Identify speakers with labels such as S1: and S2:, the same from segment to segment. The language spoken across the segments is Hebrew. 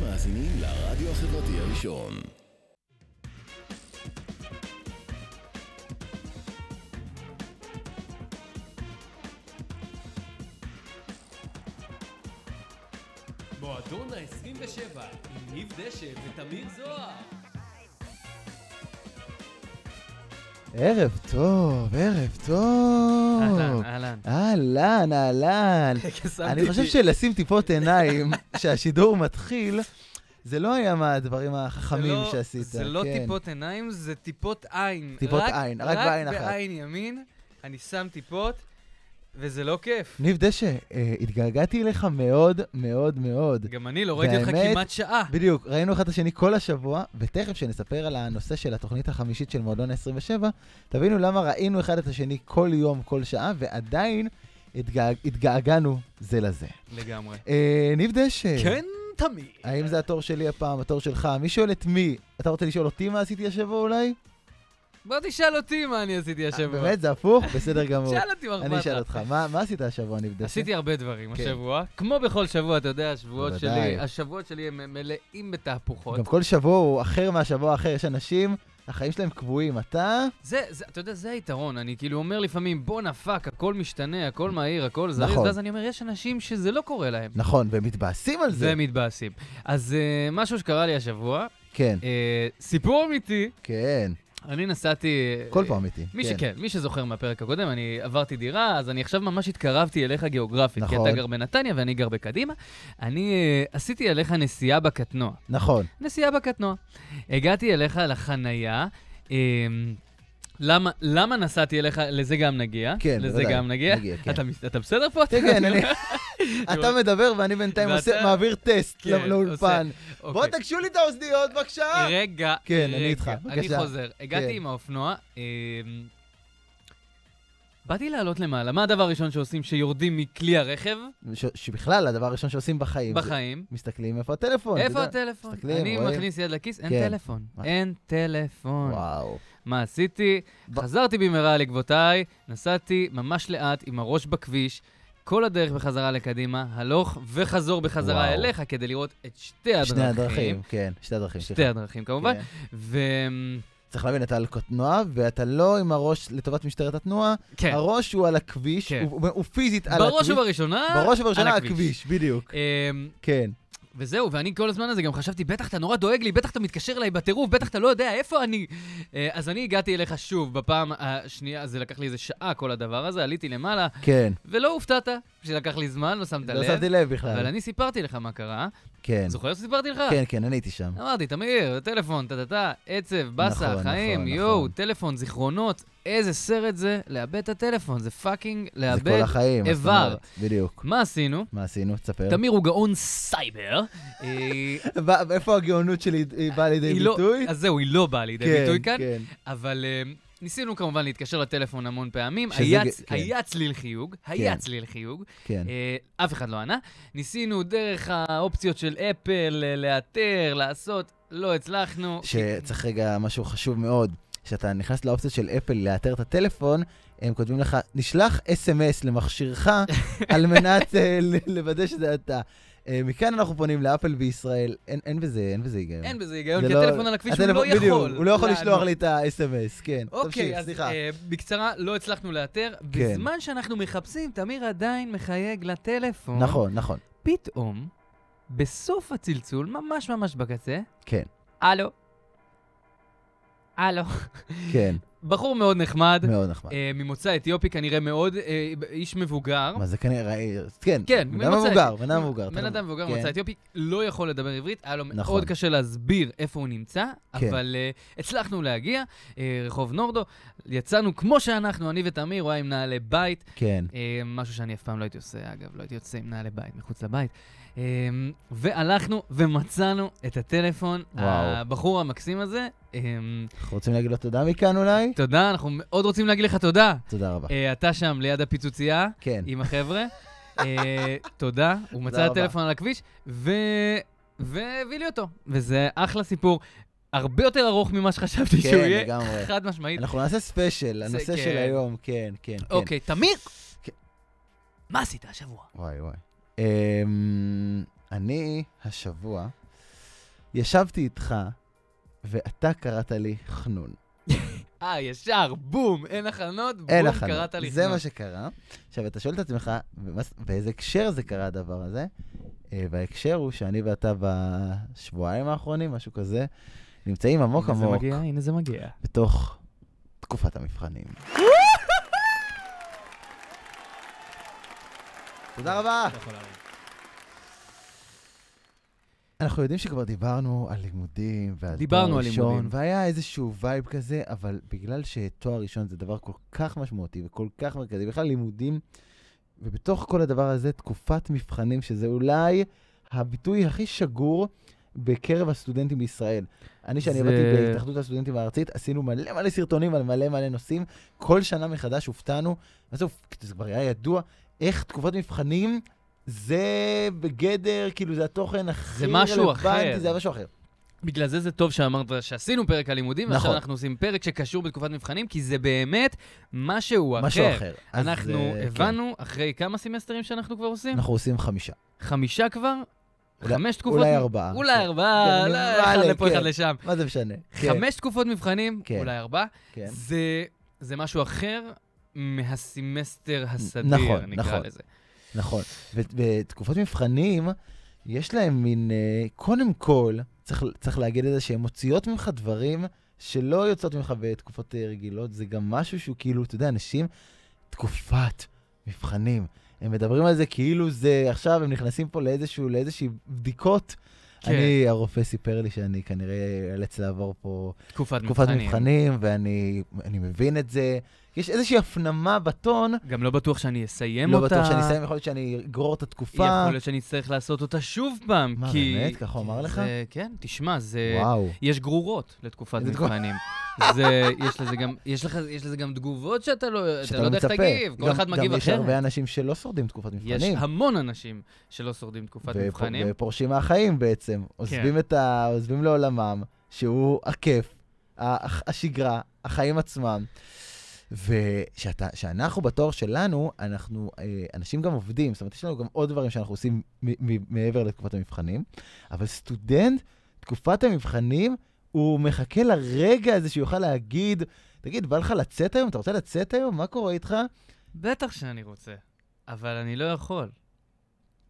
S1: מאזינים לרדיו החברתי הראשון.
S2: מועדון ה-27 עם ניב דשא ותמיר זוהר.
S3: ערב טוב, ערב טוב.
S4: אהלן, אהלן.
S3: אהלן, אהלן.
S4: שמתי
S3: אני חושב
S4: לי.
S3: שלשים טיפות עיניים כשהשידור מתחיל, זה לא היה מהדברים החכמים
S4: זה לא-
S3: שעשית.
S4: זה לא
S3: כן.
S4: טיפות עיניים, זה טיפות עין.
S3: טיפות עין, רק בעין אחת.
S4: רק בעין ימין, אני שם טיפות, וזה לא כיף.
S3: ניב דשא, אה, התגעגעתי אליך מאוד מאוד מאוד.
S4: גם אני לא ראיתי אותך
S3: והאמת-
S4: כמעט שעה.
S3: בדיוק, ראינו אחד את השני כל השבוע, ותכף כשנספר על הנושא של התוכנית החמישית של מועדון ה-27, תבינו למה ראינו אחד את השני כל יום, כל שעה, ועדיין התגעג- התגעגענו זה לזה.
S4: לגמרי.
S3: אה, ניב דשא.
S4: כן, תמיד.
S3: האם זה התור שלי הפעם, התור שלך? מי שואל את מי? אתה רוצה לשאול אותי מה עשיתי השבוע אולי?
S4: בוא תשאל אותי מה אני עשיתי השבוע.
S3: אה, באמת, זה הפוך? בסדר גמור.
S4: שאל אותי מה
S3: אני
S4: אכפת
S3: אשאל
S4: לך.
S3: אותך, מה מה עשית השבוע, אה? נבדק?
S4: עשיתי הרבה דברים
S3: כן.
S4: השבוע. כמו בכל שבוע, אתה יודע, השבועות
S3: בוודאי.
S4: שלי, השבועות שלי הם מלאים בתהפוכות.
S3: גם כל שבוע הוא אחר מהשבוע האחר, יש אנשים, החיים שלהם קבועים. אתה?
S4: זה, זה, אתה יודע, זה היתרון. אני כאילו אומר לפעמים, בואנה פאק, הכל משתנה, הכל מהיר, הכל זריז,
S3: נכון.
S4: ואז אני אומר, יש אנשים שזה לא קורה להם.
S3: נכון, והם מתבאסים על זה.
S4: והם מתבאסים. אז uh, משהו שקרה לי השבוע,
S3: כן,
S4: uh, סיפור אמיתי,
S3: כן, אני
S4: אני נסעתי... אה,
S3: כל פעם כן. איתי.
S4: מי שכן, מי שזוכר מהפרק הקודם, אני עברתי דירה, אז אני עכשיו ממש התקרבתי אליך גיאוגרפית, כי
S3: נכון.
S4: אתה גר בנתניה ואני גר בקדימה. אני אה, עשיתי אליך נסיעה בקטנוע.
S3: נכון,
S4: נסיעה בקטנוע. הגעתי אליך לחנייה, אמ, למה, למה נסעתי אליך? לזה גם נגיע.
S3: כן,
S4: לזה
S3: בוודאי.
S4: גם נגיע.
S3: נגיע, כן.
S4: אתה, מס- אתה בסדר פה?
S3: כן, כן, אני... אתה מדבר ואני בינתיים
S4: ואתה-
S3: עושה- מעביר טסט
S4: כן,
S3: לא- לאולפן.
S4: אוקיי.
S3: בואו תקשו לי את האוזניות, בבקשה!
S4: רגע,
S3: כן, אני
S4: רגע.
S3: איתך, בבקשה.
S4: אני חוזר.
S3: כן.
S4: הגעתי עם האופנוע, אמ, באתי לעלות למעלה. מה הדבר הראשון שעושים כשיורדים מכלי הרכב
S3: ש- שבכלל, הדבר הראשון שעושים בחיים. זה-
S4: בחיים?
S3: מסתכלים איפה הטלפון. אתה
S4: איפה
S3: יודע.
S4: הטלפון?
S3: מסתכלים,
S4: אני
S3: רואים.
S4: מכניס יד לכיס, אין
S3: כן.
S4: טלפון.
S3: מה?
S4: אין טלפון.
S3: וואו.
S4: מה עשיתי?
S3: ב-
S4: חזרתי במהרה לעקבותיי, נסעתי ממש לאט עם הראש בכביש, כל הדרך בחזרה לקדימה, הלוך וחזור בחזרה
S3: וואו.
S4: אליך כדי לראות את שתי הדרכים.
S3: שני הדרכים, כן, שתי הדרכים.
S4: שתי
S3: סליחה.
S4: הדרכים כמובן.
S3: כן.
S4: ו...
S3: צריך להבין, אתה על קטנוע, ואתה לא עם הראש לטובת משטרת התנועה,
S4: כן,
S3: הראש הוא על הכביש,
S4: כן.
S3: הוא הוא פיזית על הכביש.
S4: בראש ובראשונה...
S3: בראש ובראשונה
S4: על הכביש.
S3: הכביש, בדיוק.
S4: אמ,
S3: כן.
S4: וזהו, ואני כל הזמן הזה גם חשבתי, בטח אתה נורא דואג לי, בטח אתה מתקשר אליי בטירוף, בטח אתה לא יודע איפה אני. אה, אז אני הגעתי אליך שוב, בפעם השנייה, זה לקח לי איזה שעה כל הדבר הזה, עליתי למעלה,
S3: כן.
S4: ולא הופתעת, שלקח לי זמן, לא שמת
S3: לא
S4: לב.
S3: שמתי לב בכלל.
S4: אבל אני סיפרתי לך מה קרה.
S3: כן.
S4: זוכר שסיפרתי לך?
S3: כן, כן, אני הייתי שם.
S4: אמרתי, תמיר, טלפון, טה-טה-טה, עצב, באסה,
S3: נכון,
S4: חיים,
S3: נכון,
S4: יואו,
S3: נכון.
S4: טלפון, זיכרונות, איזה סרט זה, לאבד את הטלפון, זה פאקינג
S3: זה כל
S4: לאבד.
S3: החיים. כן. מה זאת
S4: איבר.
S3: אומרת? בדיוק.
S4: מה עשינו?
S3: מה עשינו? תספר.
S4: תמיר הוא גאון סייבר. אה,
S3: ב- איפה הגאונות שלי היא באה לידי
S4: היא לא-
S3: ביטוי?
S4: אז זהו, היא לא באה לידי
S3: כן,
S4: ביטוי כאן,
S3: כן.
S4: אבל אה, ניסינו כמובן להתקשר לטלפון המון פעמים,
S3: שזה
S4: היה
S3: ג-
S4: צ-
S3: כן.
S4: היה צליל חיוג, היה
S3: כן.
S4: צליל חיוג,
S3: כן.
S4: אה, אף אחד לא ענה. ניסינו דרך האופציות של אפל אה, לאתר, לעשות, לא הצלחנו.
S3: שצריך רגע משהו חשוב מאוד, כשאתה נכנס לאופציה של אפל לאתר את הטלפון, הם כותבים לך, נשלח אס.אם.אס למכשירך על מנת אה, ל- לוודא שזה אתה. אה, מכאן אנחנו פונים לאפל בישראל, אין, אין בזה, אין בזה היגיון.
S4: אין בזה היגיון,
S3: זה
S4: כי
S3: לא-
S4: הטלפון על הכביש הוא
S3: הטלפון-
S4: לא יכול.
S3: בדיוק, הוא לא יכול
S4: לענות.
S3: לשלוח לי את ה-SMS, כן.
S4: אוקיי,
S3: תמשיך,
S4: אז
S3: סליחה.
S4: אה, בקצרה, לא הצלחנו לאתר.
S3: כן.
S4: בזמן שאנחנו מחפשים, תמיר עדיין מחייג לטלפון.
S3: נכון, נכון,
S4: פתאום, בסוף הצלצול, ממש ממש בקצה,
S3: כן,
S4: הלו. הלו.
S3: כן,
S4: בחור מאוד נחמד,
S3: מאוד נחמד.
S4: אה, ממוצא אתיופי כנראה מאוד, אה, איש מבוגר.
S3: מה זה כנראה, אה, כן,
S4: כן,
S3: בן אדם
S4: ממוצא
S3: מבוגר,
S4: אתיופי.
S3: בן אדם מבוגר.
S4: בן אדם מבוגר
S3: כן.
S4: ממוצא אתיופי, לא יכול לדבר עברית, היה לו
S3: נכון.
S4: מאוד קשה להסביר איפה הוא נמצא,
S3: כן.
S4: אבל אה, הצלחנו להגיע, אה, רחוב נורדו, יצאנו כמו שאנחנו, אני ותמיר, הוא היה עם נעלי בית,
S3: כן,
S4: אה, משהו שאני אף פעם לא הייתי עושה, אגב, לא הייתי יוצא עם נעלי בית, מחוץ לבית. אה, והלכנו ומצאנו את הטלפון,
S3: וואו.
S4: הבחור המקסים הזה. אה,
S3: אנחנו רוצים להגיד לו תודה מכאן אולי?
S4: תודה, אנחנו מאוד רוצים להגיד לך תודה.
S3: תודה רבה.
S4: אה, אתה שם ליד הפיצוצייה.
S3: כן,
S4: עם החבר'ה. אה, תודה, הוא
S3: תודה
S4: מצא את
S3: רבה.
S4: הטלפון על הכביש, ו... והביא לי אותו. וזה אחלה סיפור. הרבה יותר ארוך ממה שחשבתי
S3: כן,
S4: שהוא יהיה,
S3: לגמרי.
S4: חד משמעית.
S3: אנחנו נעשה ספיישל, הנושא
S4: כן.
S3: של היום, כן, כן, כן.
S4: אוקיי, תמיר,
S3: כן.
S4: מה עשית השבוע?
S3: וואי, וואי. אמ, אני השבוע ישבתי איתך, ואתה קראת לי חנון.
S4: אה, ישר, בום, אין הכנות, בום,
S3: אין הכנות.
S4: קראת לי
S3: זה
S4: חנות.
S3: מה שקרה. עכשיו, אתה שואל את עצמך, במה- באיזה הקשר זה קרה הדבר הזה? אה, וההקשר הוא שאני ואתה בשבועיים האחרונים, משהו כזה, נמצאים עמוק
S4: הנה זה
S3: עמוק
S4: מגיע, הנה זה מגיע.
S3: בתוך תקופת המבחנים. תודה רבה.
S2: אתה יכול להרים.
S3: אנחנו יודעים שכבר דיברנו על לימודים ועל
S4: דיברנו
S3: תואר
S4: על
S3: ראשון,
S4: לימודים.
S3: והיה איזשהו וייב כזה, אבל בגלל שתואר ראשון זה דבר כל כך משמעותי וכל כך מרכזי, בכלל לימודים, ובתוך כל הדבר הזה תקופת מבחנים, שזה אולי הביטוי הכי שגור בקרב הסטודנטים בישראל. אני, שאני
S4: זה-
S3: עבדתי בהתאחדות הסטודנטים הארצית, עשינו מלא מלא סרטונים על מלא מלא נושאים, כל שנה מחדש הופתענו, בסוף זה כבר היה ידוע, איך תקופת מבחנים... זה בגדר, כאילו, זה התוכן הכי
S4: זה משהו אחר.
S3: רלוונטי, זה משהו אחר.
S4: בגלל זה זה טוב שאמרת שעשינו פרק על לימודים, ועכשיו
S3: נכון.
S4: אנחנו עושים פרק שקשור בתקופת מבחנים, כי זה באמת משהו אחר.
S3: משהו אחר. אז,
S4: אנחנו
S3: אה,
S4: הבנו, אחרי כמה סמסטרים שאנחנו כבר
S3: כן.
S4: עושים?
S3: אנחנו עושים חמישה.
S4: חמישה כבר?
S3: אולי-
S4: חמש תקופות?
S3: אולי ארבעה.
S4: אולי
S3: כן.
S4: ארבעה,
S3: כן,
S4: לא,
S3: נראה
S4: אחד
S3: לי,
S4: לפה, אחד
S3: כן.
S4: לשם.
S3: מה זה משנה? כן,
S4: חמש תקופות מבחנים,
S3: כן.
S4: אולי ארבעה.
S3: כן.
S4: זה- זה משהו אחר מהסמסטר הסדיר,
S3: נכון,
S4: נקרא
S3: נכון.
S4: לזה.
S3: נכון. ובתקופות מבחנים, יש להם מין, אה, קודם כל, צריך, צריך להגיד את זה, שהן מוציאות ממך דברים שלא יוצאות ממך בתקופות אה, רגילות. זה גם משהו שהוא כאילו, אתה יודע, אנשים, תקופת מבחנים. הם מדברים על זה כאילו זה, עכשיו הם נכנסים פה לאיזשהו, לאיזושהי בדיקות.
S4: כן.
S3: כן. אני, הרופא סיפר לי שאני כנראה אאלץ לעבור פה
S4: תקופת
S3: תקופת
S4: מבחנים.
S3: מבחנים, ואני אני מבין את זה. יש איזושהי הפנמה בטון,
S4: גם לא בטוח שאני אסיים
S3: לא
S4: אותה.
S3: בטוח שאני אסיים, יכול להיות שאני אגרור את התקופה.
S4: יכול להיות שאני אצטרך לעשות אותה שוב פעם,
S3: מה,
S4: כי...
S3: באמת? ככה הוא אמר לך?
S4: זה- כן, תשמע, זה...
S3: וואו.
S4: יש גרורות לתקופת
S3: איזה תקופה?
S4: מבחנים. זה, יש לזה גם, יש לך, יש לזה גם תגובות שאתה לא, אתה
S3: שאתה
S4: לא יודע איך תגיב, כל
S3: גם-
S4: אחד מגיב
S3: גם יש הרבה
S4: אחרת.
S3: אנשים שלא שורדים תקופת
S4: יש
S3: מבחנים.
S4: המון אנשים שלא שורדים תקופת
S3: ופו-
S4: מבחנים.
S3: ופורשים מהחיים בעצם. עוזבים את ה... עוזבים לעולמם, שהוא הכיף, ה- השגרה, החיים עצמם. ושאנחנו בתואר שלנו, אנחנו, אה, אנשים גם עובדים, זאת אומרת, יש לנו גם עוד דברים שאנחנו עושים מ- מ- מעבר לתקופת המבחנים, אבל סטודנט, תקופת המבחנים, הוא מחכה לרגע הזה שהוא יוכל להגיד, תגיד, בא לך לצאת היום? אתה רוצה לצאת היום? מה קורה איתך?
S4: בטח שאני רוצה, אבל אני לא יכול.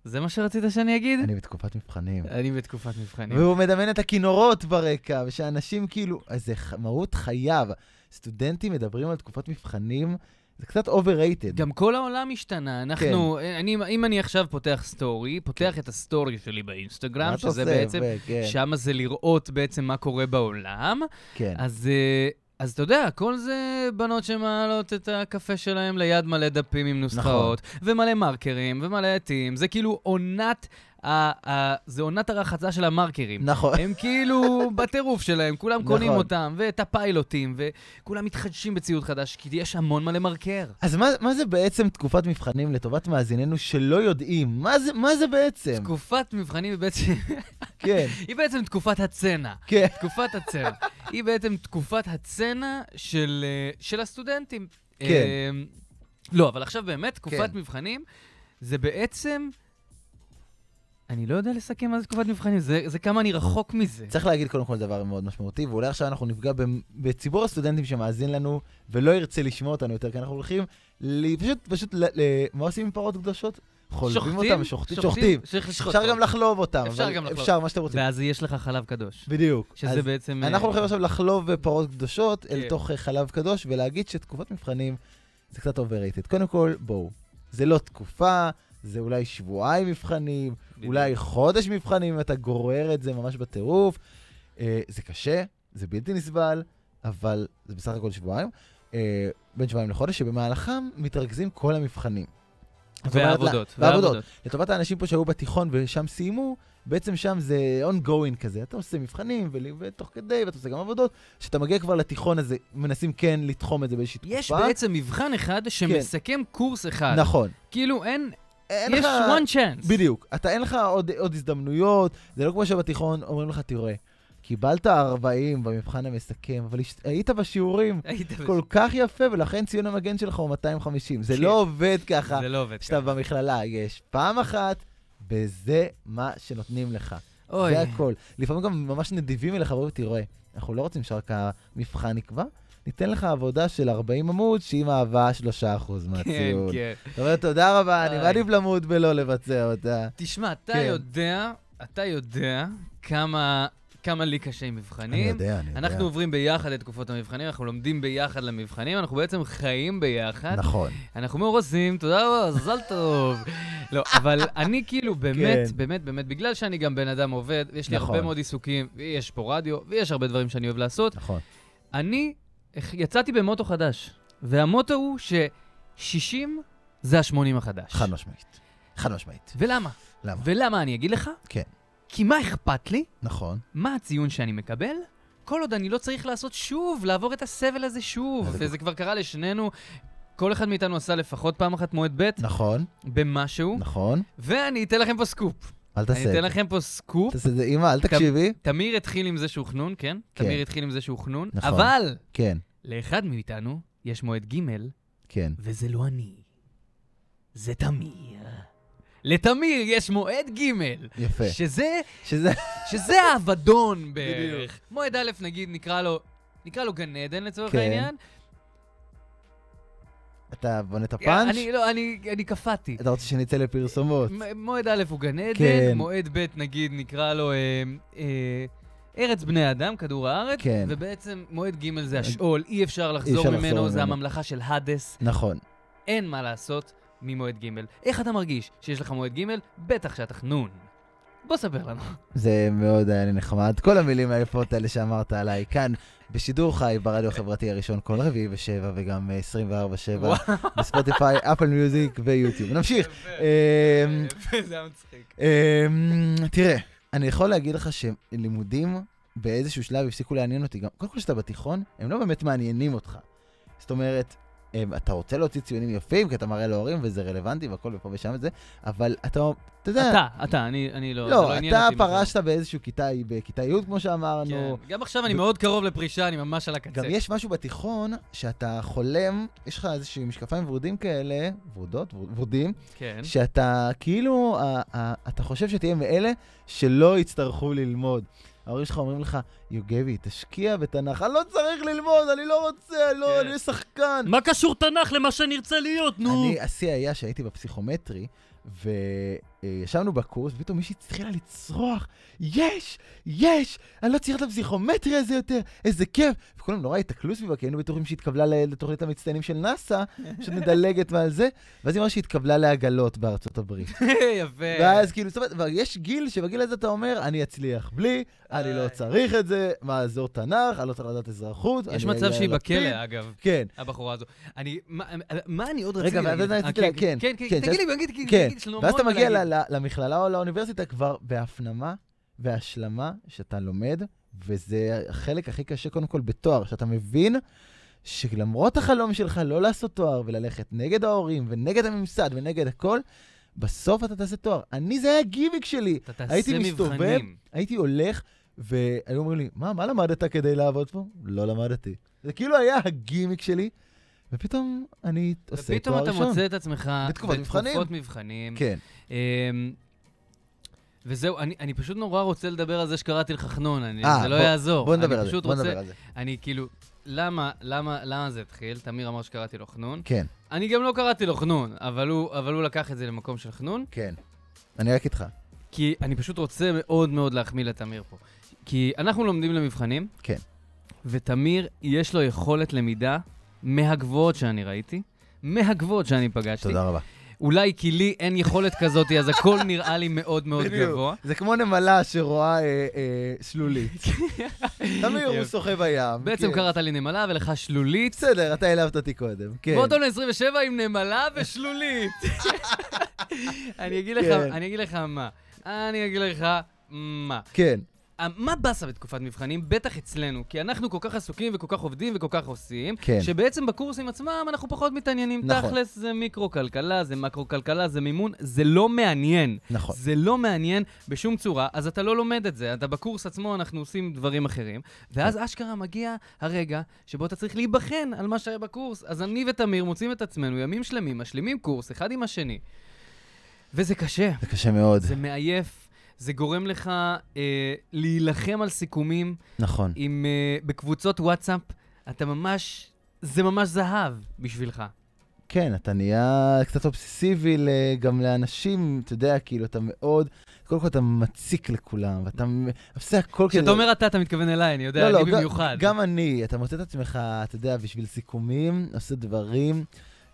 S4: זה מה שרצית שאני אגיד?
S3: אני בתקופת מבחנים.
S4: אני בתקופת מבחנים.
S3: והוא מדמיין את הכינורות ברקע, ושאנשים כאילו, אז זה ח- מהות חייו. סטודנטים מדברים על תקופות מבחנים, זה קצת overrated.
S4: גם כל העולם השתנה, אנחנו,
S3: כן.
S4: אני, אם אני עכשיו פותח סטורי, פותח את הסטורי שלי באינסטגרם,
S3: מה אתה
S4: שזה
S3: עושה?
S4: בעצם,
S3: ו- כן,
S4: שם זה לראות בעצם מה קורה בעולם,
S3: כן.
S4: אז, אה, אז אתה יודע, כל זה בנות שמעלות את הקפה שלהם ליד מלא דפים עם נוסחאות,
S3: נכון.
S4: ומלא מרקרים, ומלא עטים, זה כאילו עונת, ה, ה, זה עונת הרחצה של המרקרים.
S3: נכון.
S4: הם כאילו בטירוף שלהם, כולם קונים
S3: נכון.
S4: אותם, ואת הפיילוטים, וכולם מתחדשים בציוד חדש, כי יש המון מלא מרקר.
S3: אז מה, מה זה בעצם תקופת מבחנים לטובת מאזיננו שלא יודעים? מה זה, מה זה בעצם?
S4: תקופת מבחנים היא בעצם,
S3: כן,
S4: היא בעצם תקופת הצנע.
S3: כן.
S4: תקופת הצנע. היא בעצם תקופת הצנע של, אה, של הסטודנטים.
S3: כן.
S4: אה, לא, אבל עכשיו באמת, תקופת
S3: כן.
S4: מבחנים, זה בעצם... אני לא יודע לסכם מה זה תקופת מבחנים, זה, זה כמה אני רחוק מזה.
S3: צריך להגיד קודם כל דבר מאוד משמעותי, ואולי עכשיו אנחנו נפגע במ- בציבור הסטודנטים שמאזין לנו ולא ירצה לשמוע אותנו יותר, כי אנחנו הולכים ל... פשוט, פשוט, ל... ל... מה עושים עם פרות קדושות? חולבים אותם, שוחטים, שוחטים.
S4: צריך לשחוט.
S3: אפשר גם לחלוב אותם,
S4: אפשר
S3: אבל
S4: גם לחלוב.
S3: אפשר, מה שאתם רוצים.
S4: ואז יש לך חלב קדוש.
S3: בדיוק. אז
S4: שזה בעצם... אה,
S3: אנחנו הולכים עכשיו לחלוב פרות קדושות אל
S4: כן.
S3: תוך אה, חלב קדוש ולהגיד שתקופת מבחנים זה קצת overrated. קודם כל, בואו, זה לא תקופה, זה אולי שבועיים מבחנים,
S4: בדיוק.
S3: אולי חודש מבחנים, אם אתה גורר את זה ממש בטירוף. אה, זה קשה, זה בלתי נסבל, אבל זה בסך הכל שבועיים. אה, בין שבועיים לחודש, שבמהלכם מתרכזים כל המבחנים. זאת אומרת, לא,
S4: והעבודות.
S3: לה- והעבודות. לטובת האנשים פה שהיו בתיכון ושם סיימו, בעצם שם זה ongoing כזה. אתה עושה מבחנים, ול- ותוך כדי, ואתה עושה גם עבודות. כשאתה מגיע כבר לתיכון הזה, מנסים כן לתחום את זה באיזושהי תקופה.
S4: יש בעצם מבחן אחד שמסכם קורס אחד.
S3: כן. נכון.
S4: כאילו אין,
S3: אין
S4: יש
S3: לך...
S4: one chance.
S3: בדיוק. אתה אין לך עוד, עוד הזדמנויות, זה לא כמו שבתיכון אומרים לך, תראה, קיבלת 40 במבחן המסכם, אבל הש- היית בשיעורים
S4: היית בש-
S3: כל כך יפה, ולכן ציון המגן שלך הוא 250. זה
S4: כן.
S3: לא עובד ככה.
S4: זה לא עובד
S3: כשאתה
S4: ככה.
S3: במכללה, יש פעם אחת, וזה מה שנותנים לך.
S4: אוי.
S3: זה הכל. לפעמים גם ממש נדיבים אליך, ואומרים, תראה, אנחנו לא רוצים שרק המבחן יקבע, ניתן לך עבודה של 40 עמוד, שהיא מהווה 3%
S4: כן,
S3: מהציון.
S4: כן.
S3: אתה אומר, תודה רבה, אני
S4: איי.
S3: מעדיף למות ולא לבצע אותה.
S4: תשמע, אתה
S3: כן.
S4: יודע, אתה יודע כמה, כמה לי קשה עם מבחנים.
S3: אני יודע, אני יודע.
S4: אנחנו עוברים ביחד את תקופות המבחנים, אנחנו לומדים ביחד למבחנים, אנחנו בעצם חיים ביחד.
S3: נכון.
S4: אנחנו מאורסים, תודה רבה, מזל טוב. לא, אבל אני כאילו באמת,
S3: כן.
S4: באמת, באמת, בגלל שאני גם בן אדם עובד, יש לי
S3: נכון.
S4: הרבה מאוד עיסוקים, ויש פה רדיו, ויש הרבה דברים שאני אוהב לעשות,
S3: נכון.
S4: אני הח- יצאתי במוטו חדש, והמוטו הוא ש-60 זה ה-80 החדש.
S3: חד משמעית. חד משמעית.
S4: ולמה?
S3: למה?
S4: ולמה אני אגיד לך?
S3: כן.
S4: כי מה אכפת לי?
S3: נכון.
S4: מה הציון שאני מקבל? כל עוד אני לא צריך לעשות שוב, לעבור את הסבל הזה שוב.
S3: אז זה
S4: וזה כבר קרה לשנינו, כל אחד מאיתנו עשה לפחות פעם אחת מועד ב'
S3: נכון.
S4: במשהו,
S3: נכון.
S4: ואני אתן לכם פה סקופ.
S3: אל תעשה
S4: אני
S3: את
S4: אתן
S3: זה.
S4: לכם פה סקופ.
S3: תעשה את זה. אמא, אל תקשיבי.
S4: תמיר התחיל עם זה שהוא חנון, כן?
S3: כן.
S4: תמיר התחיל עם זה שהוא חנון,
S3: נכון.
S4: אבל
S3: כן,
S4: לאחד מאיתנו יש מועד ג'
S3: כן.
S4: וזה לא אני, זה תמיר. לתמיר יש מועד ג',
S3: יפה.
S4: שזה,
S3: שזה...
S4: שזה האבדון בערך. מועד א', נגיד, נקרא לו, נקרא לו גן עדן לצורך
S3: כן.
S4: העניין.
S3: אתה בונה את הפאנץ'?
S4: אני, לא, אני, אני קפאתי.
S3: אתה רוצה שנצא לפרסומות?
S4: מ- מועד א' הוא גן עדן,
S3: כן.
S4: מועד ב' נגיד נקרא לו אה, אה, ארץ בני אדם, כדור הארץ,
S3: כן. אה,
S4: ובעצם מועד ג' זה השאול, אי אפשר לחזור
S3: אפשר
S4: ממנו,
S3: לחזור
S4: זה
S3: ממנו.
S4: הממלכה של האדס,
S3: נכון.
S4: אין מה לעשות ממועד ג'. איך אתה מרגיש שיש לך מועד ג'? בטח שאתה חנון. בוא ספר לנו.
S3: זה מאוד היה לי נחמד. כל המילים היפות האלה שאמרת עליי כאן, בשידור חי ברדיו החברתי הראשון כל רביעי בשבע וגם אה, 24/7 בספוטיפיי, אפל מיוזיק ויוטיוב. נמשיך. אמ,
S4: זה היה מצחיק.
S3: אמ, תראה, אני יכול להגיד לך שלימודים באיזשהו שלב הפסיקו לעניין אותי גם. קודם כל כשאתה בתיכון, הם לא באמת מעניינים אותך. זאת אומרת, אמ, אתה רוצה להוציא ציונים יפים, כי אתה מראה להורים וזה רלוונטי והכל ופה ושם וזה, אבל אתה, אתה יודע...
S4: אתה, אתה, אני אני לא, זה
S3: לא,
S4: עניין
S3: אתה
S4: אותי בכלל.
S3: פרשת באיזשהו כיתה, בכיתה י' כמו שאמרנו.
S4: כן. גם עכשיו אני
S3: ו-
S4: מאוד קרוב לפרישה, אני ממש על הקצה.
S3: גם יש משהו בתיכון שאתה חולם, יש לך איזשהו משקפיים ורודים כאלה, ורודות, ור- ורודים,
S4: כן.
S3: שאתה כאילו, ה- ה- אתה חושב שתהיה מאלה שלא יצטרכו ללמוד. ההורים שלך אומרים לך, יוגבי, תשקיע בתנ"ך, אני לא צריך ללמוד, אני לא רוצה,
S4: כן.
S3: לא, אני שחקן.
S4: מה קשור תנ"ך למה שנרצה להיות,
S3: אני, השיא היה שהייתי בפסיכומטרי, וישבנו בקורס, ופתאום מישהי התחילה לצרוח, יש, יש, אני לא צריכה את הפסיכומטרי הזה יותר, איזה כיף. וכולם נורא התקלו סביבה, כי היינו בטוחים שהתקבלה ל- לתוכנית המצטיינים של נאסא, פשוט מדלגת מעל זה, ואז היא אמרה שהתקבלה לעגלות בארצות הברית.
S4: יפה.
S3: ואז כאילו, זאת אומרת, אבל יש גיל שבגיל הזה אתה אומר, אני אצליח בלי, אני לא
S4: איי.
S3: צריך את זה, מה יעזור תנ"ך, אני לא צריך לדעת אזרחות.
S4: יש
S3: אני
S4: מצב
S3: אהיה
S4: שהיא
S3: על לפיד."
S4: בכלא, אגב,
S3: כן.
S4: הבחורה הזו. אני, מה- מה אני עוד
S3: רגע,
S4: רציתי
S3: אבל
S4: להגיד?
S3: זה
S4: אה,
S3: רציתי לה- כן,
S4: כן, כן,
S3: כן,
S4: תגיד
S3: ואז-
S4: לי, תגיד לי,
S3: כן,
S4: תגיד לי, יש לנו
S3: ואז אתה
S4: המון מה
S3: מגיע
S4: להגיד.
S3: ל- ל- למכללה או לאוניברסיטה כבר בהפנמה והשלמה שאתה לומד, וזה החלק הכי קשה קודם כל בתואר, שאתה מבין שלמרות החלום שלך לא לעשות תואר וללכת נגד ההורים ונגד הממסד ונגד הכל, בסוף אתה תעשה תואר. אני, זה היה הגימיק שלי.
S4: אתה תעשה
S3: הייתי מסתובב,
S4: מבחנים.
S3: הייתי הולך, והיו אומרים לי, מה, מה למדת כדי לעבוד פה? לא למדתי. זה כאילו היה הגימיק שלי, ופתאום אני עושה
S4: ופתאום
S3: תואר
S4: אתה
S3: ראשון.
S4: מוצא את עצמך
S3: בתקופת מבחנים.
S4: בתקופות מבחנים.
S3: כן.
S4: אמ, וזהו, אני אני פשוט נורא רוצה לדבר על זה שקראתי לך חנון, אני-
S3: אה,
S4: זה לא
S3: בוא-
S4: יעזור.
S3: בוא נדבר
S4: אני
S3: על זה,
S4: פשוט
S3: בוא
S4: רוצה-
S3: נדבר על זה.
S4: אני כאילו, למה, למה, למה זה התחיל? תמיר אמר שקראתי לו חנון.
S3: כן,
S4: אני גם לא קראתי לו חנון, אבל הוא אבל הוא לקח את זה למקום של חנון.
S3: כן. אני רק איתך.
S4: כי אני פשוט רוצה מאוד מאוד להחמיא לתמיר פה. כי אנחנו לומדים למבחנים.
S3: כן.
S4: ותמיר, יש לו יכולת למידה מהגבוהות שאני ראיתי, מהגבוהות שאני פגשתי.
S3: תודה רבה.
S4: אולי כי לי אין יכולת כזאת, אז הכל נראה לי מאוד מאוד
S3: בדיוק.
S4: גבוה.
S3: זה כמו נמלה שרואה אה, אה, שלולית. תמיר, הוא
S4: כן. יפה.
S3: שוחה בים.
S4: בעצם
S3: כן.
S4: קראת לי נמלה ולך שלולית.
S3: בסדר, אתה העלבת אותי קודם. כן.
S4: מודון 27 עם נמלה ושלולית. אני אגיד לך,
S3: כן.
S4: אני אגיד לך מה. אני אגיד לך מה.
S3: כן,
S4: אה, מה באסה בתקופת מבחנים? בטח אצלנו, כי אנחנו כל כך עסוקים וכל כך עובדים וכל כך עושים,
S3: כן.
S4: שבעצם בקורסים עצמם אנחנו פחות מתעניינים.
S3: נכון.
S4: תכלס זה מיקרו-כלכלה, זה מקרו-כלכלה, זה מימון, זה לא מעניין.
S3: נכון.
S4: זה לא מעניין בשום צורה, אז אתה לא לומד את זה. אתה בקורס עצמו, אנחנו עושים דברים אחרים. ואז
S3: כן.
S4: אשכרה מגיע הרגע שבו אתה צריך להיבחן על מה שהיה בקורס. אז אני ותמיר מוצאים את עצמנו ימים שלמים, משלימים קורס אחד עם השני. וזה קשה,
S3: זה קשה מאוד.
S4: זה מעייף, זה גורם לך אה, להילחם על סיכומים
S3: נכון.
S4: עם, אה, בקבוצות וואטסאפ. אתה ממש, זה ממש זהב בשבילך.
S3: כן, אתה נהיה קצת אובססיבי ל- גם לאנשים, אתה יודע, כאילו, אתה מאוד, קודם כל אתה מציק לכולם, ואתה מ- עושה הכל כדי...
S4: כשאתה אומר אתה, אתה מתכוון אליי, אני יודע, אני
S3: לא, גם-
S4: במיוחד.
S3: גם אני, אתה מוצא את עצמך, אתה יודע, בשביל סיכומים, עושה דברים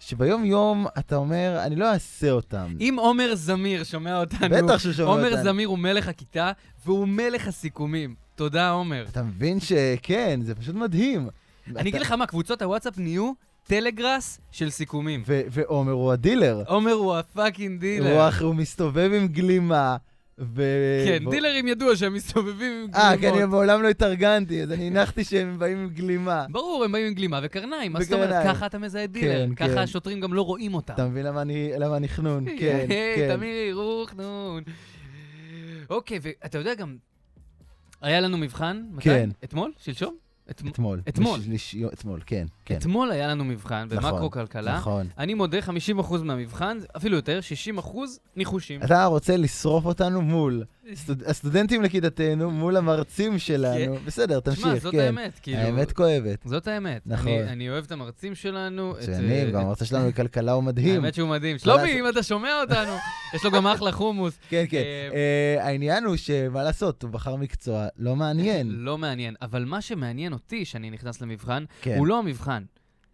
S3: שביום-יום אתה אומר, אני לא אעשה אותם.
S4: אם עומר זמיר שומע אותנו,
S3: בטח שהוא שומע
S4: עומר
S3: אותנו.
S4: זמיר הוא מלך הכיתה, והוא מלך הסיכומים. תודה, עומר.
S3: אתה מבין שכן, זה פשוט מדהים.
S4: אני אגיד לך מה, קבוצות הוואטסאפ נהיו טלגראס של סיכומים.
S3: ו- ועומר הוא הדילר.
S4: עומר הוא הפאקינג
S3: הוא
S4: דילר.
S3: אח- הוא מסתובב עם גלימה, ו...
S4: כן,
S3: ו-
S4: דילרים ידוע שהם מסתובבים עם
S3: אה, כן, אני
S4: גלימות.
S3: מעולם לא התארגנתי, אז אני הנחתי שהם באים עם גלימה.
S4: ברור, הם באים עם גלימה וקרניים, מה זאת אומרת?
S3: וקרניים.
S4: ככה אתה מזהה דילר,
S3: כן,
S4: ככה
S3: כן.
S4: השוטרים גם לא רואים אותם.
S3: אתה מבין למה אני, למה אני חנון, כן,
S4: היי,
S3: כן.
S4: תמיר, רוחנון. אוקיי, ואתה יודע גם, היה לנו מבחן, מתי?
S3: כן.
S4: אתמול? שלשום? אתמ-
S3: אתמול.
S4: אתמול.
S3: בשליש- אתמול, כן, כן.
S4: אתמול היה לנו מבחן
S3: נכון,
S4: במקרו-כלכלה.
S3: נכון.
S4: אני מודה, 50% מהמבחן, אפילו יותר, 60% ניחושים.
S3: אתה רוצה לשרוף אותנו מול הסטוד- הסטודנטים לכיתתנו, מול המרצים שלנו. בסדר, תמשיך, כן.
S4: שמע, זאת האמת, כאילו.
S3: האמת כואבת.
S4: זאת האמת.
S3: נכון.
S4: אני- אני אוהב את המרצים שלנו. את,
S3: מצוינים,
S4: אה,
S3: גם
S4: את-
S3: המרצה שלנו לכלכלה הוא מדהים.
S4: האמת שהוא מדהים.
S3: לעשות?
S4: שלומי, אם אתה שומע אותנו, יש לו גם אחלה חומוס.
S3: כן, כן.
S4: אה,
S3: אה, העניין הוא שמה לעשות, הוא בחר מקצוע לא מעניין.
S4: לא מעניין. אבל מה שמעניין אותי, שאני נכנס למבחן,
S3: כן.
S4: הוא לא המבחן,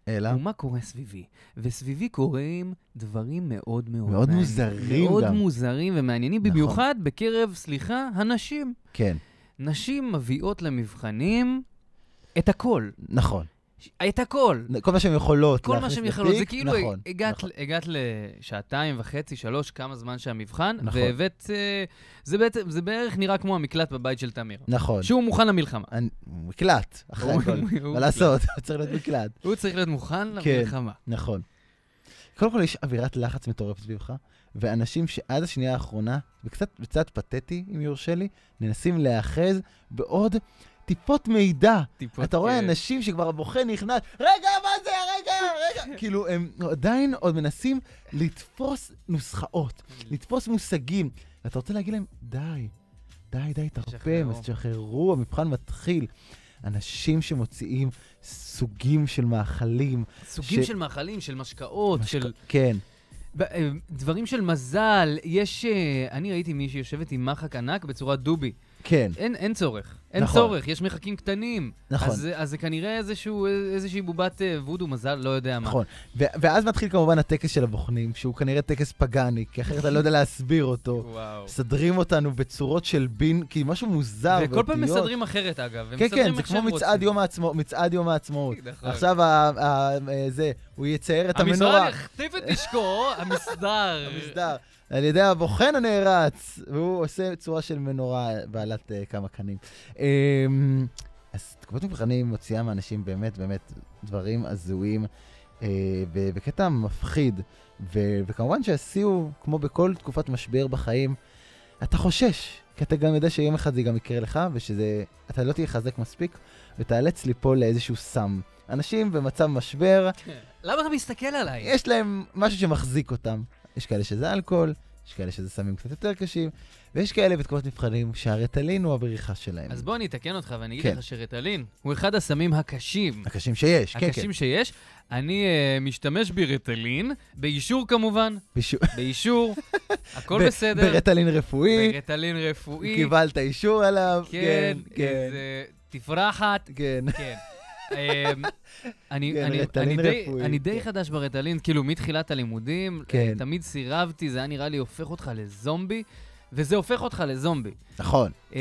S3: אלא?
S4: הוא מה קורה סביבי. וסביבי קורים דברים מאוד מאוד
S3: מאוד
S4: מעניינים.
S3: מוזרים
S4: מאוד
S3: גם.
S4: מוזרים ומעניינים,
S3: נכון.
S4: במיוחד בקרב, סליחה, הנשים.
S3: כן,
S4: נשים מביאות למבחנים את הכל.
S3: נכון.
S4: את הכל.
S3: כל מה שהן יכולות.
S4: כל מה
S3: נכון. להכניס
S4: שהן יכולות, זה
S3: לתיק,
S4: כאילו
S3: נכון,
S4: הגעת,
S3: נכון.
S4: הגעת לשעתיים וחצי, שלוש, כמה זמן שהמבחן,
S3: נכון.
S4: והבאת... אה, זה, בעצם, זה בערך נראה כמו המקלט בבית של תמיר.
S3: נכון.
S4: שהוא מוכן למלחמה.
S3: אני- מקלט, אחרי
S4: הוא-
S3: הכל.
S4: הוא- הוא
S3: מה לעשות, צריך להיות מקלט.
S4: הוא צריך להיות מוכן
S3: כן.
S4: למלחמה.
S3: נכון. קודם כל יש אווירת לחץ מטורפת סביבך, ואנשים שעד השנייה האחרונה, וקצת בצד פתטי, אם יורשה לי, מנסים להיאחז בעוד טיפות מידע.
S4: טיפות,
S3: אתה רואה
S4: אה,
S3: אנשים שכבר הבוחן נכנס, רגע, מה זה, רגע, רגע. כאילו, הם עדיין עוד מנסים לתפוס נוסחאות, לתפוס מושגים. ואתה רוצה להגיד להם, די, די, די, תרפה,
S4: תשחררו."
S3: אז תשחררו, המבחן מתחיל. אנשים שמוציאים סוגים של מאכלים.
S4: סוגים
S3: ש-
S4: של מאכלים, של משקאות, של...
S3: משק- כן.
S4: ב- אה, דברים של מזל. יש... אה, אני ראיתי מישהי יושבת עם מחק ענק בצורת דובי.
S3: כן,
S4: אין, אין צורך. אין
S3: נכון.
S4: צורך, יש מחקים קטנים.
S3: נכון.
S4: אז, אה, אז זה כנראה איזשהו, איזושהי בובת אה, וודו, מזל, לא יודע מה.
S3: נכון. ו- ואז מתחיל כמובן הטקס של הבוחנים, שהוא כנראה טקס פגאני, כי אחרת אני לא יודע להסביר אותו.
S4: וואו.
S3: מסדרים אותנו בצורות של בין, כי משהו מוזר.
S4: וכל פעם
S3: באותיות.
S4: מסדרים אחרת, אגב. הם
S3: כן,
S4: מסדרים
S3: כן, זה
S4: איך
S3: כמו
S4: שהם
S3: מצעד
S4: רוצים.
S3: יום, העצמא, מצעד יום העצמאות.
S4: נכון.
S3: עכשיו ה- ה- אה, זה, הוא יצייר את המנורה.
S4: המשרד יכתיב את נשקו, המסדר.
S3: המסדר. על ידי הבוחן הנערץ, והוא עושה צורה של מנורה בעלת אה, כמה קנים. אמ, אז תקופת מבחנים מוציאה מאנשים באמת באמת דברים הזויים, אה, ב- בקטע מפחיד. ו- וכמובן שהשיא הוא, כמו בכל תקופת משבר בחיים, אתה חושש, כי אתה גם יודע שיום אחד זה גם יקרה לך, ושזה, אתה לא תהיה חזק מספיק, ותיאלץ ליפול לאיזשהו סם. אנשים במצב משבר,
S4: כן. למה אתה מסתכל עליי?
S3: יש להם משהו שמחזיק אותם. יש כאלה שזה אלכוהול, יש כאלה שזה סמים קצת יותר קשים, ויש כאלה בתקופת מבחנים שהרטלין הוא הבריחה שלהם.
S4: אז בוא אני אתקן אותך ואני אגיד
S3: כן.
S4: לך שריטלין הוא אחד הסמים הקשים.
S3: הקשים שיש, כן, כן.
S4: הקשים שיש. אני אה, משתמש בריטלין, באישור כמובן,
S3: בישו-
S4: באישור, הכל
S3: ב-
S4: בסדר.
S3: ברטלין רפואי,
S4: בריטלין רפואי.
S3: קיבלת אישור עליו, כן, כן,
S4: איזה תפרחת,
S3: כן.
S4: כן. אמ, אני,
S3: כן,
S4: אני, אני,
S3: רטלין
S4: די,
S3: רפואי,
S4: אני די
S3: כן.
S4: חדש ברטלין, כאילו מתחילת הלימודים,
S3: כן.
S4: אה, תמיד סירבתי, זה היה נראה לי הופך אותך לזומבי, וזה הופך אותך לזומבי.
S3: נכון.
S4: אמ,